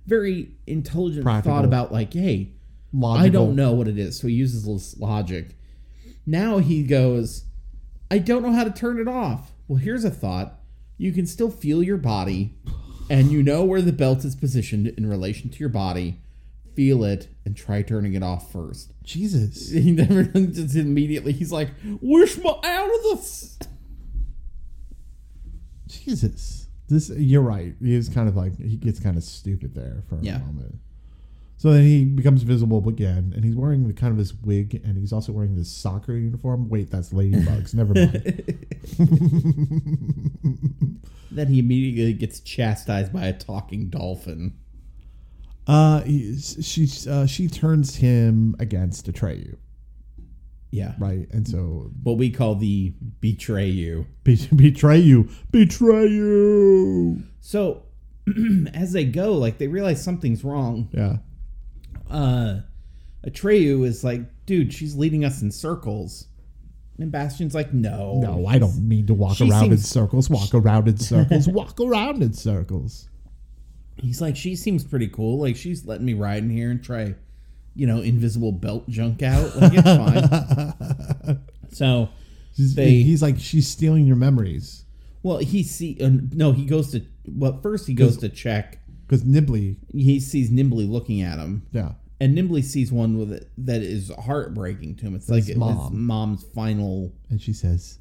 very intelligent thought
Practical.
about, like, hey,
Logical.
I don't know what it is. So he uses this logic. Now he goes, I don't know how to turn it off. Well, here's a thought you can still feel your body, and you know where the belt is positioned in relation to your body. Feel it and try turning it off first. [laughs]
Jesus,
He never just immediately. He's like, "Wish my out of this."
Jesus. This you're right. He is kind of like he gets kind of stupid there for a
Yeah.
moment. So then he becomes visible again, and he's wearing the kind of this wig, and he's also wearing this soccer uniform. Wait, that's ladybugs. Never
[laughs]
mind.
Then he immediately gets chastised by a talking dolphin.
Uh, he- she uh, she turns him against Atreyu,
Yeah,
right? And so
what we call the betray you.
be- [laughs] betray you, betray you.
So [clears throat] as they go, like they realize something's wrong.
Yeah,
Uh Atreyu is like, dude, she's leading us in circles. And Bastion's like, no.
no, I don't mean to walk
She
around in
seems-
circles. Walk around in
[laughs]
circles. walk around in circles.
He's like, she seems pretty cool. Like she's letting me ride in here and try, you know, invisible belt junk out. Like it's fine.
[laughs]
So
He's-
They-
he's like, she's stealing your memories
well, he see uh, no, he goes to well first he goes to check.
because Nibley,
He sees Nimbly looking at him,
yeah,
and Nimbly sees one with it that is heartbreaking to him. It's like
His
it was
mom.
mom's final.
and she says,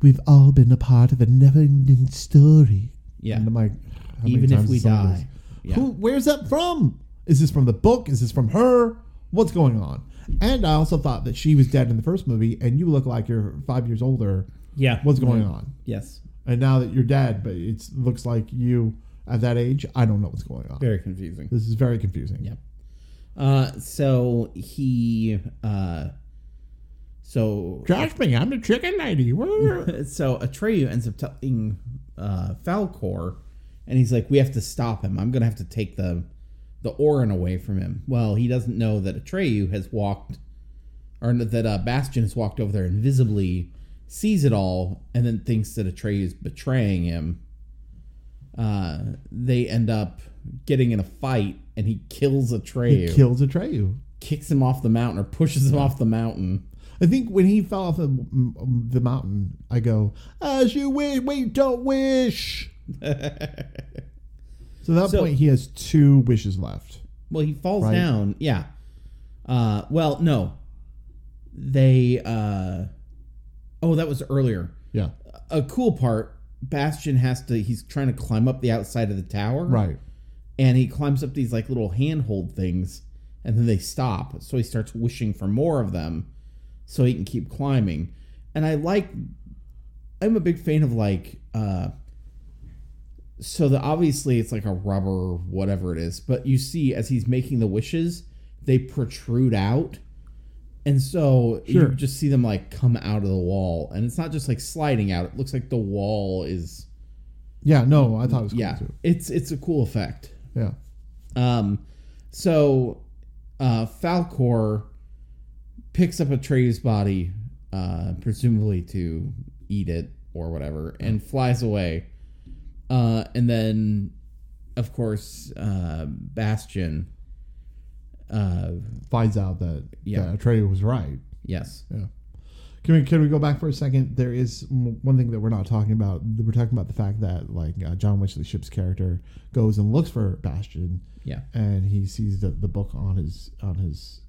"We've all been a part of a never-ending story."
Yeah.
and I'm like, how many
Even if
times
we
has someone
die.
goes,
Yeah.
Who? Where's that from? Is this from the book? Is this from her? What's going on? And I also thought that she was dead in the first movie, and you look like you're five years older.
Yeah.
What's going on?
Yes.
And now that you're dead, but it looks like you at that age, I don't know what's going on.
Very confusing.
This is very confusing.
Yeah. Uh, so he, uh, so,
Josh me, I'm the chicken lady.
[laughs]
Woo.
so Atreyu ends up telling, uh, Falcor, and he's like, we have to stop him. I'm going to have to take the, the Orin away from him. Well, he doesn't know that Atreyu has walked, or that, uh, Bastion has walked over there invisibly, sees it all, and then thinks that Atreyu is betraying him. Uh, they end up getting in a fight, and he kills Atreyu.
Kills Atreyu.
kicks him off the mountain or pushes him off
[laughs]
the mountain.
I think when he fell off the, m- the mountain, I go, as you wish, we don't wish. so at that
So-
point, he has two wishes left.
Well, he falls
Right.
down. Yeah. Uh, well, no. They. Uh, oh, that was earlier.
Yeah.
A cool part. Bastion has to. He's trying to climb up the outside of the tower.
Right.
And he climbs up these like little handhold things, and then they stop. So he starts wishing for more of them, so he can keep climbing. And I like. I'm a big fan of like. Uh, so the obviously it's like a rubber whatever it is but you see as he's making the wishes they protrude out and so
Sure.
you just see them like come out of the wall and it's not just like sliding out it looks like the wall is
Yeah. No, I thought it was cool
yeah
too.
it's it's a cool effect
Yeah.
um so uh falcor picks up atreus body uh presumably to eat it or whatever and flies away uh, and then, of course, uh, Bastion. Uh,
Finds out that,
Yeah.
that Atreyu was right.
yes.
Can we can we go back for a second? There is m- one thing that we're not talking about. We're talking about the fact that like uh, John Wesley Ship's character goes and looks for Bastion,
Yeah.
and he sees the, the book on his on his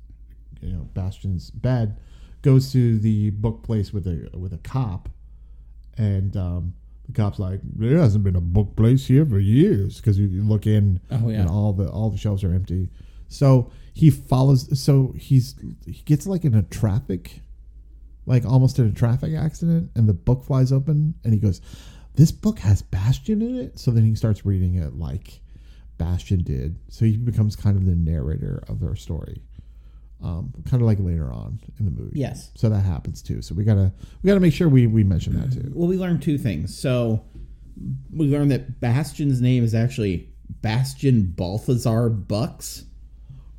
you know Bastion's bed. Goes to the book place with a with a cop, and um, the cop's like, "There hasn't been a book place here for years." Because you, you look in,
Oh, yeah.
and all the all the shelves are empty. So he follows. So he's he gets like in a traffic like almost in a traffic accident and the book flies open and he goes this book has bastion in it so then he starts reading it like bastion did so he becomes kind of the narrator of their story um, kind of like later on in the movie
Yes.
so that happens too so we gotta we gotta make sure we we mention that too
Well, we learned two things. So, we learned that Bastion's name is actually Bastion Balthazar Bucks.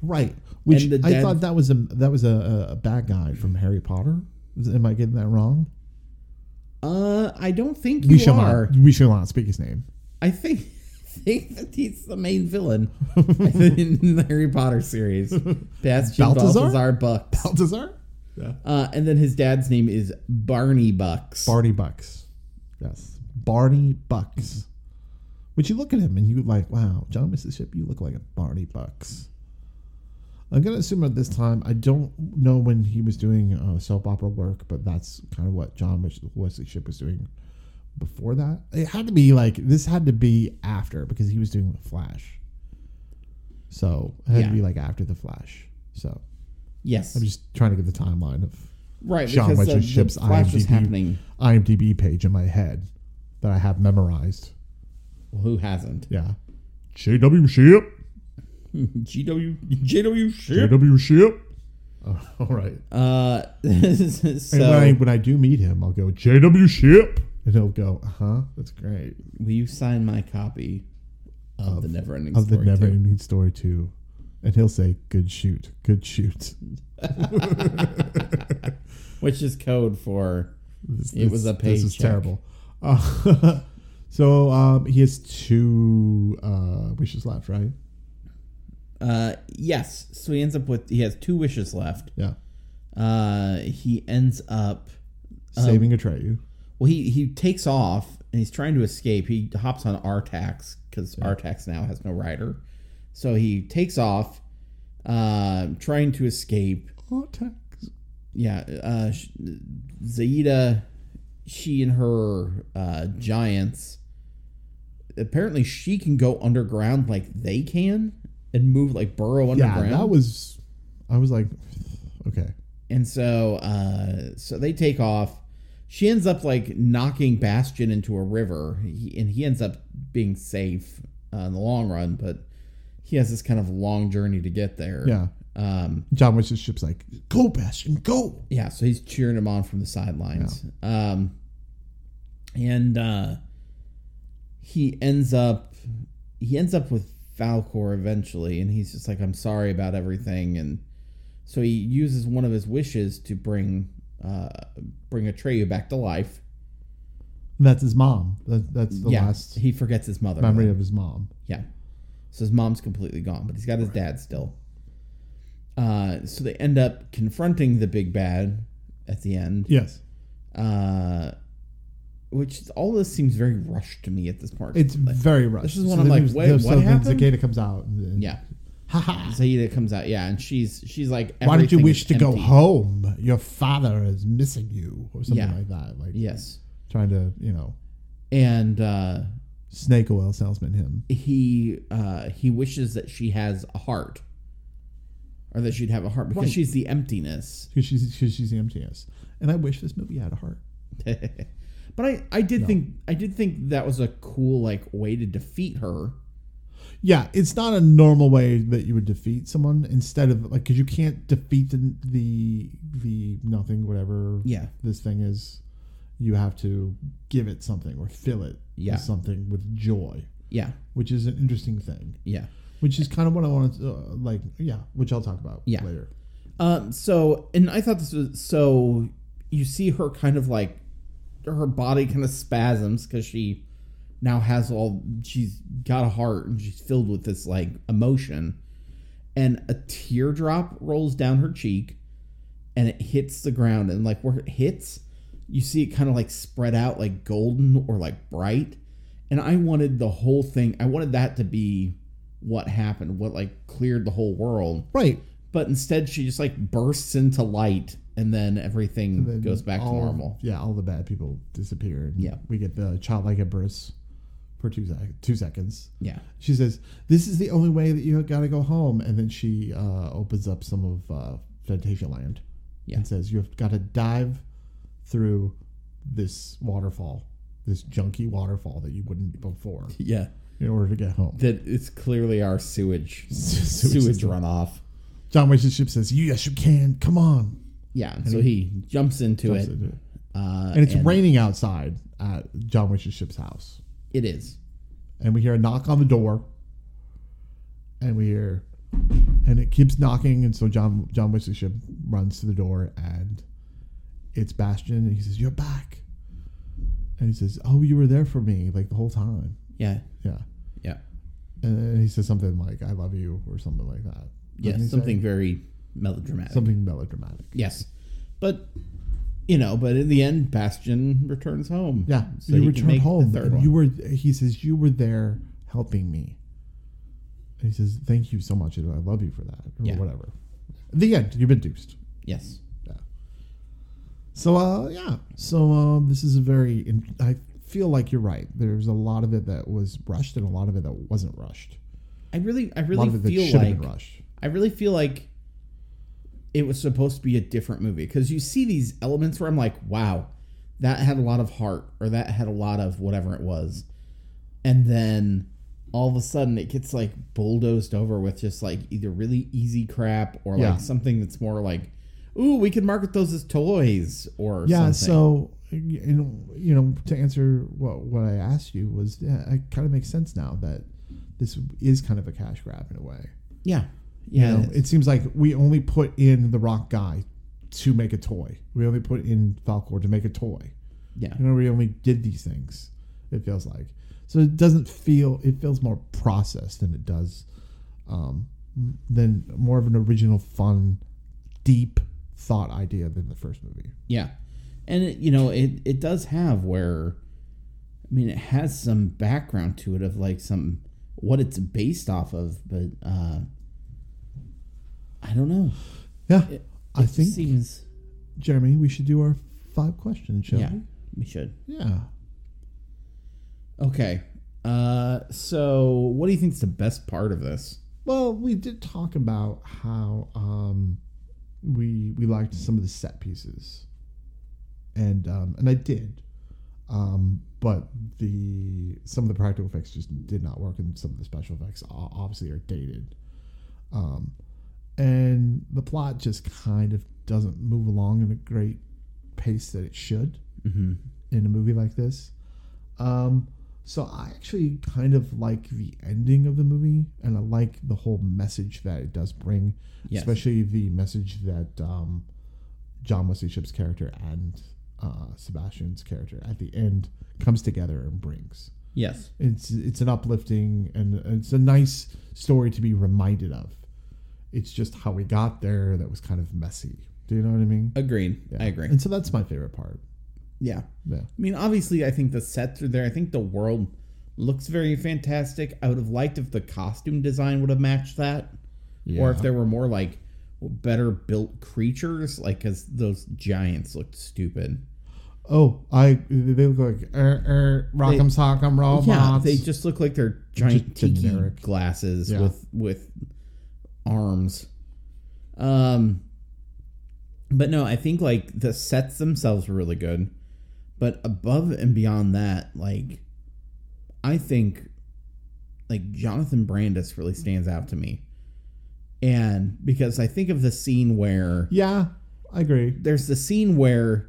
right which
And the
i
dad-
thought that was a that was a, a bad guy from harry potter Is- am i getting that wrong
Uh, I don't think you
we shall
are.
not we shall not speak his name
I think [laughs] think that he's the main villain in the Harry Potter series. Bastion
Balthazar?
Balthazar, Bucks.
balthazar yeah
Uh, and then his dad's name is Barney Bucks.
Barney Bucks. Yes. Barney Bucks. Would you look at him and you like, wow, John Mississippi, you look like a Barney Bucks. I'm gonna assume at this time I don't know when he was doing uh, soap opera work, but that's kind of what John Wes- Wesley Ship was doing before that. It had to be like this had to be after because he was doing the Flash, so it had
Yeah.
to be like after the Flash. So
yes.
I'm just trying to get the timeline of
Right,
John
because
Wesley
uh,
Shipp's
the Flash was
IMDb.
happening.
IMDb page in my head that I have memorized.
Well, who hasn't?
Yeah. JW Ship.
GW JW Ship.
JW Ship. Oh, [laughs] all right.
Uh, [laughs]
and when I,
so
when I do meet him, I'll go, JW Ship. And he'll go, uh huh. That's great.
will you sign my copy of, the Never Ending
Of the
Story?
Never
too?
Ending Story 2. And he'll say, good shoot. Good shoot.
which is code for
This-
It was
this-
a
This is
paycheck.
terrible. Uh, [laughs] so um, he has two uh, wishes left, right?
uh yes. So he ends up with he has two wishes left.
Yeah.
uh, he ends up Um,
Saving Atreyu.
well he he takes off and he's trying to escape he hops on artax because artax now has no rider so he takes off uh, trying to escape
Oh, tax.
yeah uh, sh- zaida she and her uh, giants apparently she can go underground like they can and move like burrow
Yeah,
underground
that was. I was like, okay.
And so uh so they take off. She ends up like knocking Bastion into a river, he, and he ends up being safe uh, in the long run. But he has this kind of long journey to get there.
Yeah.
Um,
John Wich's ship's like, go, Bastion, go.
yeah, so he's cheering him on from the sidelines. Um, and uh, he ends up he ends up with Falcor eventually, and he's just like, "I'm sorry about everything." And so he uses one of his wishes to bring uh, bring Atreyu back to life.
And that's his mom. That, that's the
yeah,
last
he forgets his mother.
memory of his mom.
Yeah. So his mom's completely gone, but he's got his dad still. Uh, so they end up confronting the big bad at the end.
Yes.
uh, which is- all this seems very rushed to me at this part.
It's
Like,
very rushed.
is when I'm like,
there's-
wait,
there's-
what
so then
happened?
Cicada comes out. And, and-
yeah,
[laughs] Ha ha.
Zaida comes out, yeah, and she's she's like,
Why don't you
everything
wish
is
to go
empty.
home? Your father is missing you, or something
Yeah.
like that. Like
Yes,
trying to, you know,
and uh,
snake oil salesman him.
he uh, he wishes that she has a heart, or that she'd have a heart because
Right.
she's the emptiness. [laughs]
Because she's because she's the MTS. And I wish this movie had a heart.
but I I did think I did think that was a cool like way to defeat her.
Yeah, it's not a normal way that you would defeat someone instead of like because you can't defeat the the the nothing whatever
Yeah,
this thing is. You have to give it something or fill it
Yeah.
with something with joy,
yeah,
which is an interesting thing.
yeah.
Which is kind of what I wanted to uh, like. Yeah, which I'll talk about
Yeah.
later.
Um, so, and I thought this was so. You see her kind of like her body kind of spasms because she now has all she's got a heart and she's filled with this like emotion, and a teardrop rolls down her cheek, and it hits the ground and like where it hits, you see it kind of like spread out like golden or like bright, and I wanted the whole thing. I wanted that to be what happened, what like cleared the whole world
Right.
but instead she just like bursts into light and then everything
then
goes back to
all-
normal.
Yeah, all the bad people disappear. And
Yeah.
we get the childlike embrace for two sec- two seconds.
Yeah.
She says, "This is the only way that you got to go home." And then she uh, opens up some of uh, Fantasia Land
Yeah.
and says, "You've got to dive through this waterfall, this junky waterfall that you wouldn't before,
Yeah.
in order to get home." [laughs]
That it's clearly our sewage
Sewage
sewage
system.
runoff.
John Wayne's ship says, "Yes, you can. Come on."
Yeah. and so he jumps into it. Uh,
And it's raining outside at John Wayne's ship's house.
it is.
and we hear a knock on the door and we hear and it keeps knocking and so john john Wichita runs to the door and it's bastion and he says you're back and he says oh you were there for me like the whole time
Yeah.
yeah
Yeah.
and then he says something like i love you or something like that
Yeah.
Doesn't he say?
Something very melodramatic.
something melodramatic
yes. But you know, but in the end Bastion returns home.
yeah
So
you
he can
returned
make the
home
third
and
one.
you were he says you were there helping me and he says thank you so much and i love you for that or
Yeah.
whatever the end you've been deuced
Yes.
So uh, yeah. So um, this is a very. In- I feel like you're right. There's a lot of it that was rushed, and a lot of it that wasn't rushed.
I really I
A lot
really
of it that
feel
should
like
have been rushed.
I really feel like it was supposed to be a different movie because you see these elements where I'm like, wow, that had a lot of heart or that had a lot of whatever it was. And then all of a sudden it gets like bulldozed over with just like either really easy crap or like
Yeah.
something that's more like, ooh, we could market those as toys or
Yeah.
something.
So and, you know, to answer what what I asked you was, yeah, it kind of makes sense now that this is kind of a cash grab in a way.
Yeah.
You
Yeah.
know, it seems like we only put in the rock guy to make a toy. We only put in Falcor to make a toy.
yeah.
You know, we only did these things. It feels like so it doesn't feel. It feels more processed than it does, um, than more of an original, fun, deep thought idea than the first movie.
Yeah, and it, you know it it does have where, I mean, it has some background to it of like some what it's based off of, but uh, I don't know.
Yeah,
It-
I
it
think
seems
Jeremy, we should do our five questions, shall
yeah
we?
we should
Yeah.
okay. Uh, so what do you think's the best part of this?
Well, we did talk about how um, we we liked some of the set pieces, and um, and I did, um, but the some of the practical effects just did not work, and some of the special effects o- obviously are dated, um, and the plot just kind of doesn't move along in a great pace that it should
Mm-hmm.
in a movie like this. Um, so I actually kind of like the ending of the movie, and I like the whole message that it does bring,
Yes.
especially the message that um, John Wesley Shipp's character and uh, Sebastian's character at the end comes together and brings.
Yes.
It's it's an uplifting and it's a nice story to be reminded of. It's just how we got there that was kind of messy. Do you know what I mean?
Agreed. I agree.
And so that's my favorite part.
Yeah.
Yeah.
I mean, obviously, I think the sets are there. I think the world looks very fantastic. I would have liked if the costume design would have matched that, or if
Yeah.
there were more like better built creatures, like because those giants looked stupid.
Oh, I they look like er, er, Rock'em Sock'em robots.
yeah, they just look like they're giant
Just
tiki
generic.
glasses
Yeah.
with with arms. Um, but no, I think like the sets themselves were really good, but above and beyond that, like I think like Jonathan Brandis really stands out to me, and because I think of the scene where
yeah, I agree.
there's the scene where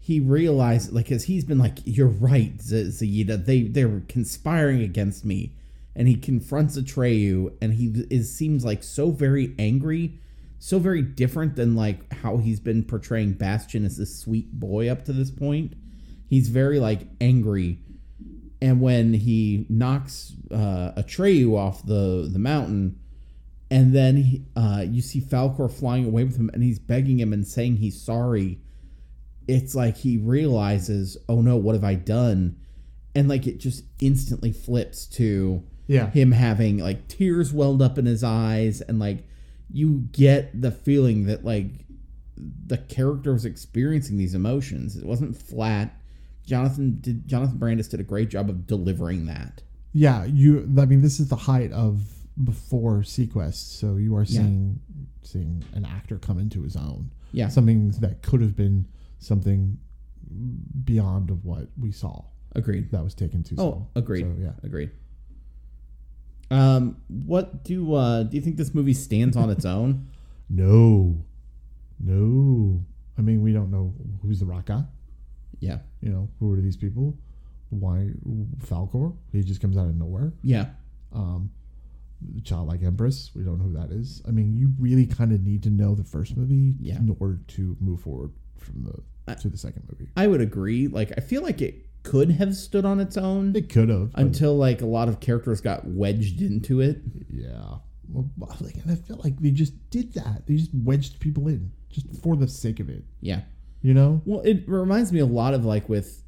he realized like because he's been like you're right Z- Zaida they they're conspiring against me and he confronts Atreyu and he is seems like so very angry so very different than like how he's been portraying Bastion as this sweet boy up to this point he's very like angry and when he knocks uh, Atreyu off the the mountain and then he, uh, you see Falcor flying away with him, and he's begging him and saying he's sorry. It's like he realizes, oh no, what have I done? And like it just instantly flips to
Yeah,
him having like tears welled up in his eyes, and like you get the feeling that like the character was experiencing these emotions. It wasn't flat. Jonathan did Jonathan Brandis did a great job of delivering that.
yeah. You, I mean, this is the height of before Sequest, so you are seeing seeing an actor come into his own.
Yeah.
something that could have been something beyond of what we saw
Agreed.
that was taken too.
Oh,
slow.
agreed.
So, yeah.
Agreed. Um, what do uh do you think this movie stands on
[laughs]
its own?
No, no. I mean, we don't know who's the Raka.
Yeah.
You know, who are these people? Why Falcor? He just comes out of nowhere.
Yeah.
um, the childlike empress. We don't know who that is. I mean, you really kind of need to know the first movie
Yeah.
in order to move forward from the
I-
to the second movie.
I would agree. Like I feel like it could have stood on its own
It could have. but
until like a lot of characters got wedged into it.
yeah. Well, but, like, and I feel like they just did that. They just wedged people in just for the sake of it.
Yeah.
You know,
Well, it reminds me a lot of like with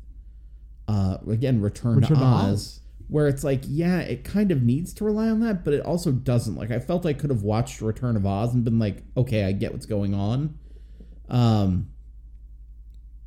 uh again Return,
Return
to,
to
Oz,
Oz.
where it's like, yeah, it kind of needs to rely on that, but it also doesn't. Like I felt I could have watched Return of Oz and been like, okay, I get what's going on. Um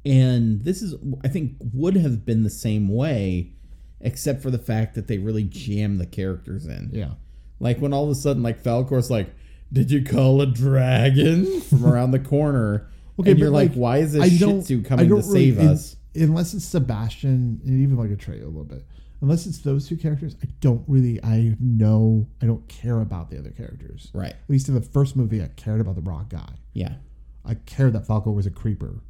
and this is I think would have been the same way except for the fact that they really jam the characters in.
yeah,
Like when all of a sudden, like Falcor's like, "Did you call a dragon [laughs] from around the corner?"
Okay,
and
but,
you're like,
like,
"Why is this
I
Shih
don't-
Tzu
I
coming to
don't really-
save
in-
us?"
unless it's Sebastian and even like Atreyu a little bit. Unless it's those two characters, I don't really. I know I don't care about the other characters.
Right?
At least in the first movie, I cared about the rock guy.
Yeah.
I cared that Falco was a creeper.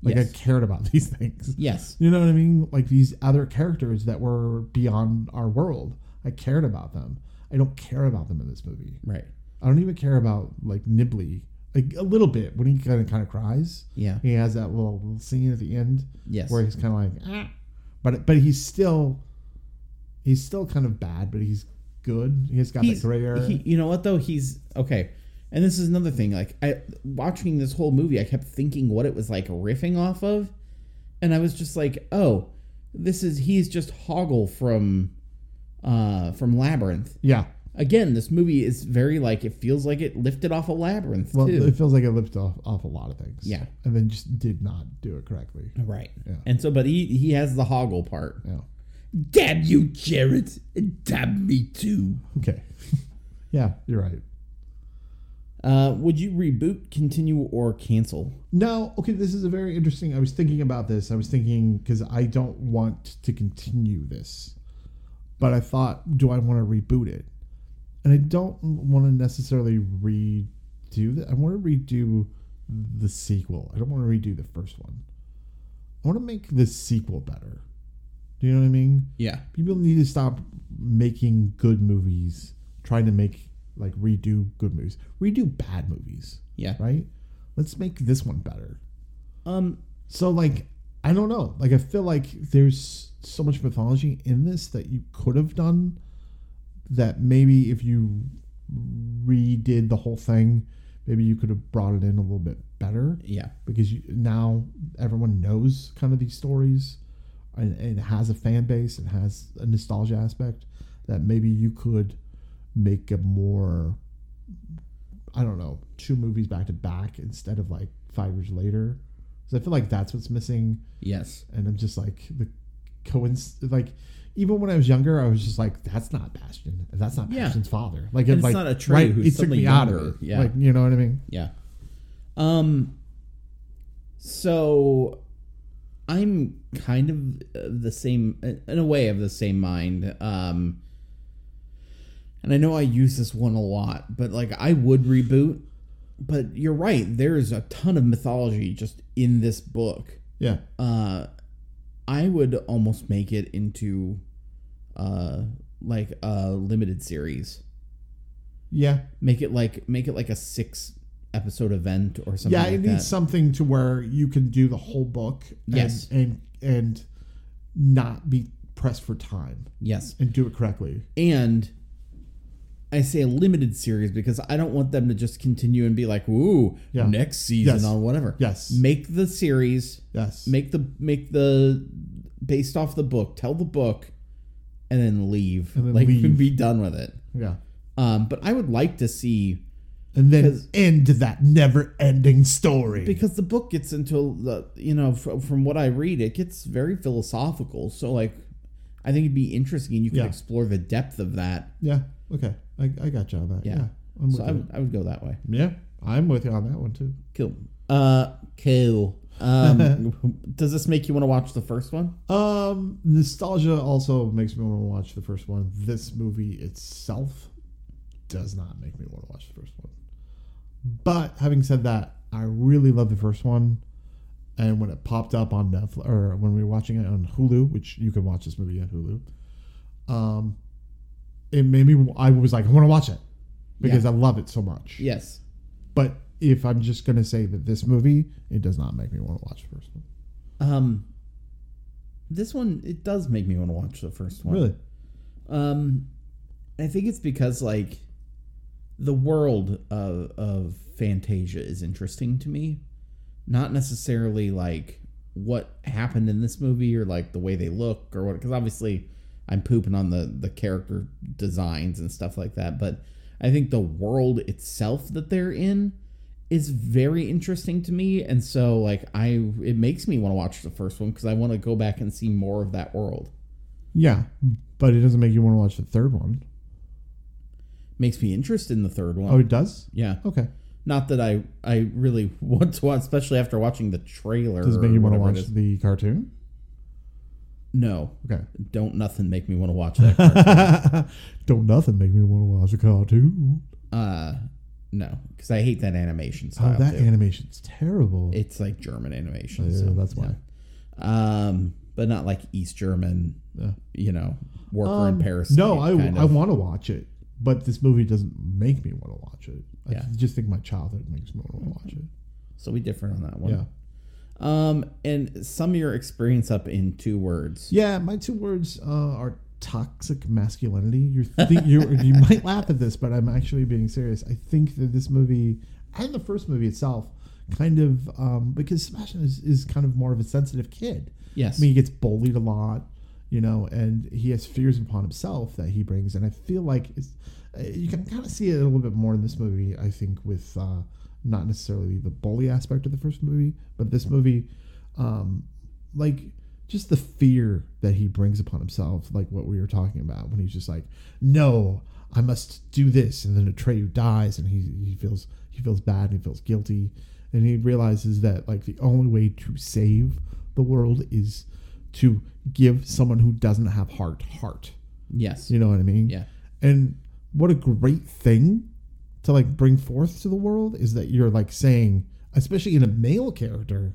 Like
Yes.
I cared about [laughs] these things.
Yes.
You know what I mean? Like these other characters that were beyond our world. I cared about them. I don't care about them in this movie.
Right.
I don't even care about like Nibley. Like a little bit when he kind of kind of cries.
Yeah.
He has that little, little scene at the end
Yes.
where he's kind of like, ah. but but he's still he's still kind of bad, but he's good. He's got
He's,
the gray area.
he, you know what though? He's okay. And this is another thing. Like I watching this whole movie, I kept thinking what it was like riffing off of, and I was just like, oh, this is he's just Hoggle from, uh, from Labyrinth.
Yeah.
Again, this movie is very like it feels like it lifted off a labyrinth
Well,
too.
it feels like it lifted off, off a lot of things.
Yeah.
And then just did not do it correctly.
Right.
Yeah.
And so, but he he has the Hoggle part.
Yeah.
Damn you, Jared, and damn me too.
Okay. [laughs] yeah, you're right.
Uh, would you reboot, continue, or cancel?
No, okay, this is a very interesting. I was thinking about this. I was thinking because I don't want to continue this, but I thought, do I want to reboot it? And I don't want to necessarily redo that. I want to redo the sequel. I don't want to redo the first one. I want to make the sequel better. Do you know what I mean?
Yeah.
people need to stop making good movies trying to make like redo good movies redo bad movies
Yeah.
right let's make this one better
Um.
so like i don't know like i feel like there's so much mythology in this that you could have done that maybe if you redid the whole thing maybe you could have brought it in a little bit better
Yeah.
because you, now everyone knows kind of these stories and, and it has a fan base and has a nostalgia aspect that maybe you could make a more i don't know two movies back to back instead of like five years later because i feel like that's what's missing
Yes.
and i'm just like the coinc like even when i was younger i was just like that's not bastion that's not
Yeah.
bastion's father like, it,
And it's
like
not Atreyu
right,
who's
it took
suddenly
me out of it
younger. Yeah.
like you know what i mean
Yeah. Um. So, I'm kind of uh, the same, in a way, of the same mind. Um. And I know I use this one a lot, but like I would reboot. But you're right. There's a ton of mythology just in this book.
yeah
uh, I would almost make it into uh like a limited series.
yeah
Make it like make it like a six episode event or something.
yeah
like
it
that.
needs something to where you can do the whole book and,
Yes.
and and not be pressed for time
Yes,
and do it correctly
and I say a limited series because I don't want them to just continue and be like, "Woo,
Yeah.
next season
Yes.
on whatever."
yes
Make the series.
yes
Make the make the based off the book. Tell the book, and then leave.
And then
like
leave.
be done with it.
yeah
Um, but I would like to see
and then
'Cause-
end that never ending story
because the book gets into the you know from, from what I read, it gets very philosophical. So like, I think it'd be interesting, and you could
Yeah.
explore the depth of that.
yeah okay i, I got you on that yeah,
Yeah.
i'm with
So I
you
would, I would go that way.
yeah i'm with you on that one too
Cool. Uh, cool. Um, does this make you want to watch the first one?
um nostalgia also makes me want to watch the first one this movie itself does not make me want to watch the first one But having said that, I really love the first one. And when it popped up on Netflix, or when we were watching it on Hulu, which you can watch this movie on Hulu, um, it made me. I was like, I want to watch it because I love it so much.
Yes.
But if I'm just gonna say that this movie, it does not make me want to watch the first one.
Um, this one it does make me want to watch the first one.
Really?
Um, I think it's because like the world of of Fantasia is interesting to me, not necessarily like what happened in this movie or like the way they look or what. Because obviously, I'm pooping on the the character designs and stuff like that, but I think the world itself that they're in is very interesting to me and so like i it makes me want to watch the first one because i want to go back and see more of that world
Yeah, but it doesn't make you want to watch the third one.
makes me interested in the third one.
Oh, it does.
Yeah.
Okay.
Not that I I really [laughs] want to watch, especially after watching the trailer.
Does it make
or
you want to
whatever it
watch
is.
the cartoon?
No.
Okay.
Don't nothing make me want to watch that.
[laughs] Don't nothing make me want to watch a cartoon.
uh, no, because I hate that animation
Oh,
style.
that
too.
animation's terrible.
it's like German animation.
Yeah,
so,
that's why.
yeah. Um, but not like East German.
Yeah.
You know, worker
Um,
in Paris.
no, I,
kind
I
of.
want to watch it, but this movie doesn't make me want to watch it. I
Yeah.
just think my childhood makes me want to watch it.
so we differ on that one.
Yeah.
Um, and sum your experience up in two words.
Yeah, my two words uh, are toxic masculinity. You think you [laughs] you might laugh at this, but I'm actually being serious. I think that this movie and the first movie itself kind of um, because Sebastian is, is kind of more of a sensitive kid.
Yes.
I mean, he gets bullied a lot, you know, and he has fears upon himself that he brings. And I feel like it's, uh, you can kind of see it a little bit more in this movie, I think, with uh, not necessarily the bully aspect of the first movie, but this movie, um, like, just the fear that he brings upon himself, like what we were talking about, when he's just like, no, I must do this. And then Atreyu dies and he, he feels he feels bad and he feels guilty. And he realizes that like the only way to save the world is to give someone who doesn't have heart heart.
yes.
You know what I mean?
Yeah.
And what a great thing to like bring forth to the world is that you're like saying, especially in a male character,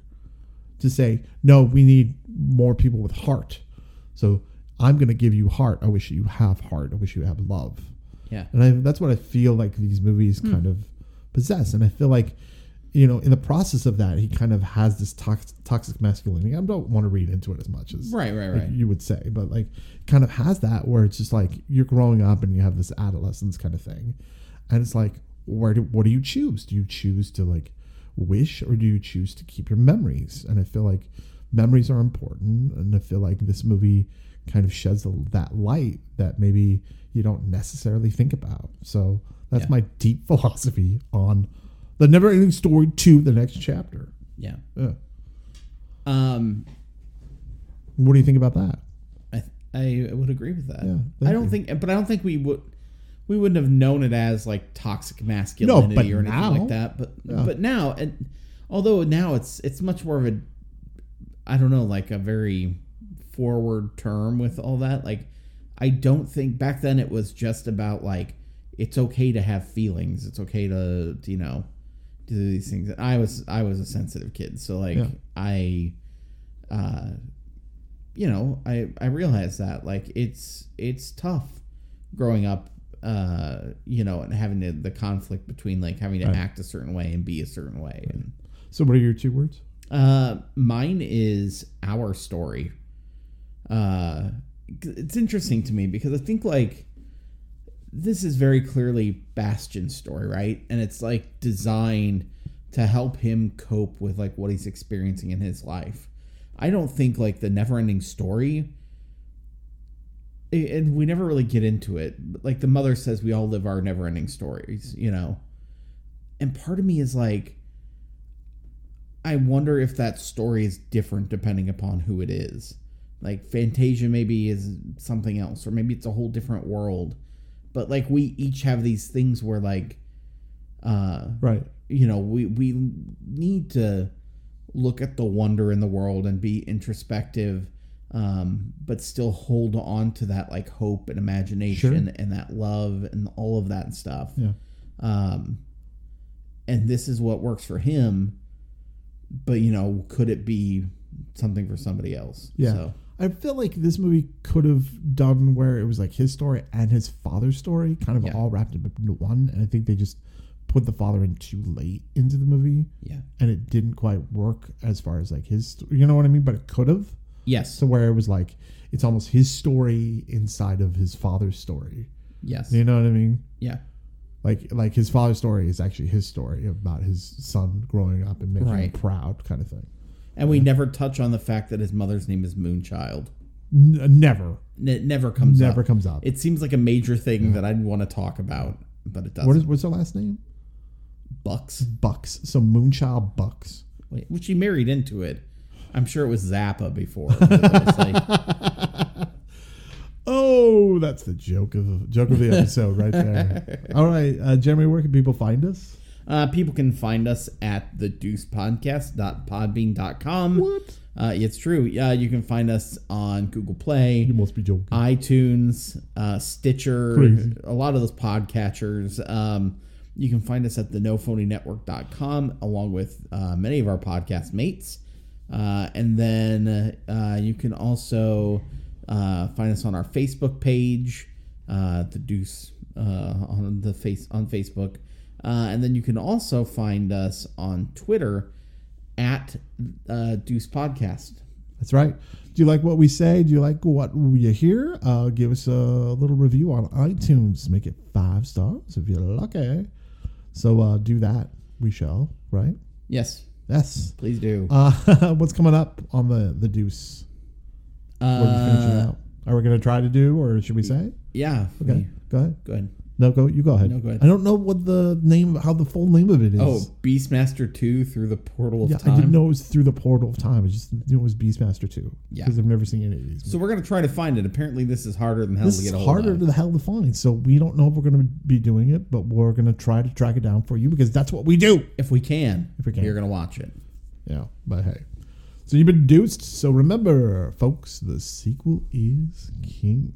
to say, no, we need more people with heart. So I'm going to give you heart. I wish you have heart. I wish you have love.
Yeah.
And I, that's what I feel like these movies kind of possess. And I feel like, you know, in the process of that, he kind of has this tox- toxic masculinity. I don't want to read into it as much as
Right, right,
like,
right.
you would say, but like kind of has that where it's just like you're growing up and you have this adolescence kind of thing. And it's like, where do what do you choose? Do you choose to like wish or do you choose to keep your memories? And I feel like memories are important. And I feel like this movie kind of sheds the- that light that maybe you don't necessarily think about. So that's
Yeah.
my deep [laughs] philosophy on the never ending story to the next chapter. Uh,
Yeah.
Yeah.
Um,
What do you think about that?
I th- I would agree with that.
Yeah, thank
I don't
you.
think, but I don't think we would we wouldn't have known it as like toxic masculinity
but
or anything
now-
like that. But
Yeah.
but now, and although now it's it's much more of a I don't know like a very forward term with all that. Like I don't think back then it was just about like it's okay to have feelings. It's okay to you know do these things. I was I was a sensitive kid, so like
Yeah.
I. Uh, you know, I I realize that like it's it's tough growing up, uh, you know, and having the, the conflict between like having to
Right.
act a certain way and be a certain way. And
So what are your two words?
uh, mine is our story. Uh, it's interesting to me because I think like this is very clearly Bastion's story, right? And it's like designed to help him cope with like what he's experiencing in his life. I don't think like the never ending story a- and we never really get into it. But like the mother says we all live our never ending stories, you know. And part of me is like I wonder if that story is different depending upon who it is. Like Fantasia maybe is something else, or maybe it's a whole different world. But like we each have these things where like uh
Right.
you know we we need to look at the wonder in the world and be introspective um but still hold on to that like hope and imagination and that love and all of that stuff
Yeah.
um and this is what works for him but you know could it be something for somebody else
Yeah.
so
I feel like this movie could have done where it was like his story and his father's story kind of
Yeah.
all wrapped up into one. And I think they just put the father in too late into the movie
yeah
and it didn't quite work as far as like his, st- you know what I mean? But it could have.
yes
So where it was like, it's almost his story inside of his father's story.
yes
You know what I mean?
yeah
Like, like his father's story is actually his story about his son growing up and making him
Right.
proud kind of thing.
and we never touch on the fact that his mother's name is moonchild
N- never,
N- it never comes up.
never comes up.
It seems like a major thing that I'd want to talk about, but it doesn't.
What is, what's her last name?
Bucks?
Bucks. So Moonchild Bucks.
Wait, well, she married into it. I'm sure it was Zappa before. but
[laughs]
it was like-
Oh, that's the joke of joke of the episode right there. All right, uh, Jeremy, where can people find us?
uh, people can find us at thedeucepodcast.podbean.com.
What?
Uh, it's true. Uh, you can find us on Google Play,
You must be joking.
Uh, iTunes, uh, Stitcher,
Crazy.
a lot of those podcatchers. Um, you can find us at the nophonynetwork.com along with uh, many of our podcast mates. Uh, and then uh, you can also uh, find us on our Facebook page, uh, the Deuce uh, on the face on Facebook, uh, and then you can also find us on Twitter at uh, Deuce Podcast.
That's right. Do you like what we say? Do you like what you hear? Uh, give us a little review on iTunes. Make it five stars if you're lucky. So uh, do that. We shall, right?
Yes,
Yes.
please do.
Uh, [laughs] what's coming up on the the Deuce? What are we finishing
Uh,
out? Are we going to try to do, or should we say?
yeah.
Okay, go ahead.
Go ahead.
No, go. You go ahead.
No, go ahead.
I don't know what the name, how the full name of it is.
Oh, Beastmaster 2 through the portal of
yeah,
time.
I didn't know it was through the portal of time. I just knew it was Beastmaster two.
Yeah.
because I've never seen any of these.
So we're gonna try to find it. Apparently, this is harder than hell
this
to
is
get a hold
harder
of.
to the hell to find. So we don't know if we're going to be doing it, but we're going to try to track it down for you because that's what we do.
if we can,
If we can.
you're gonna watch it.
Yeah, but hey. So you've been deuced. So remember, folks, the sequel is king.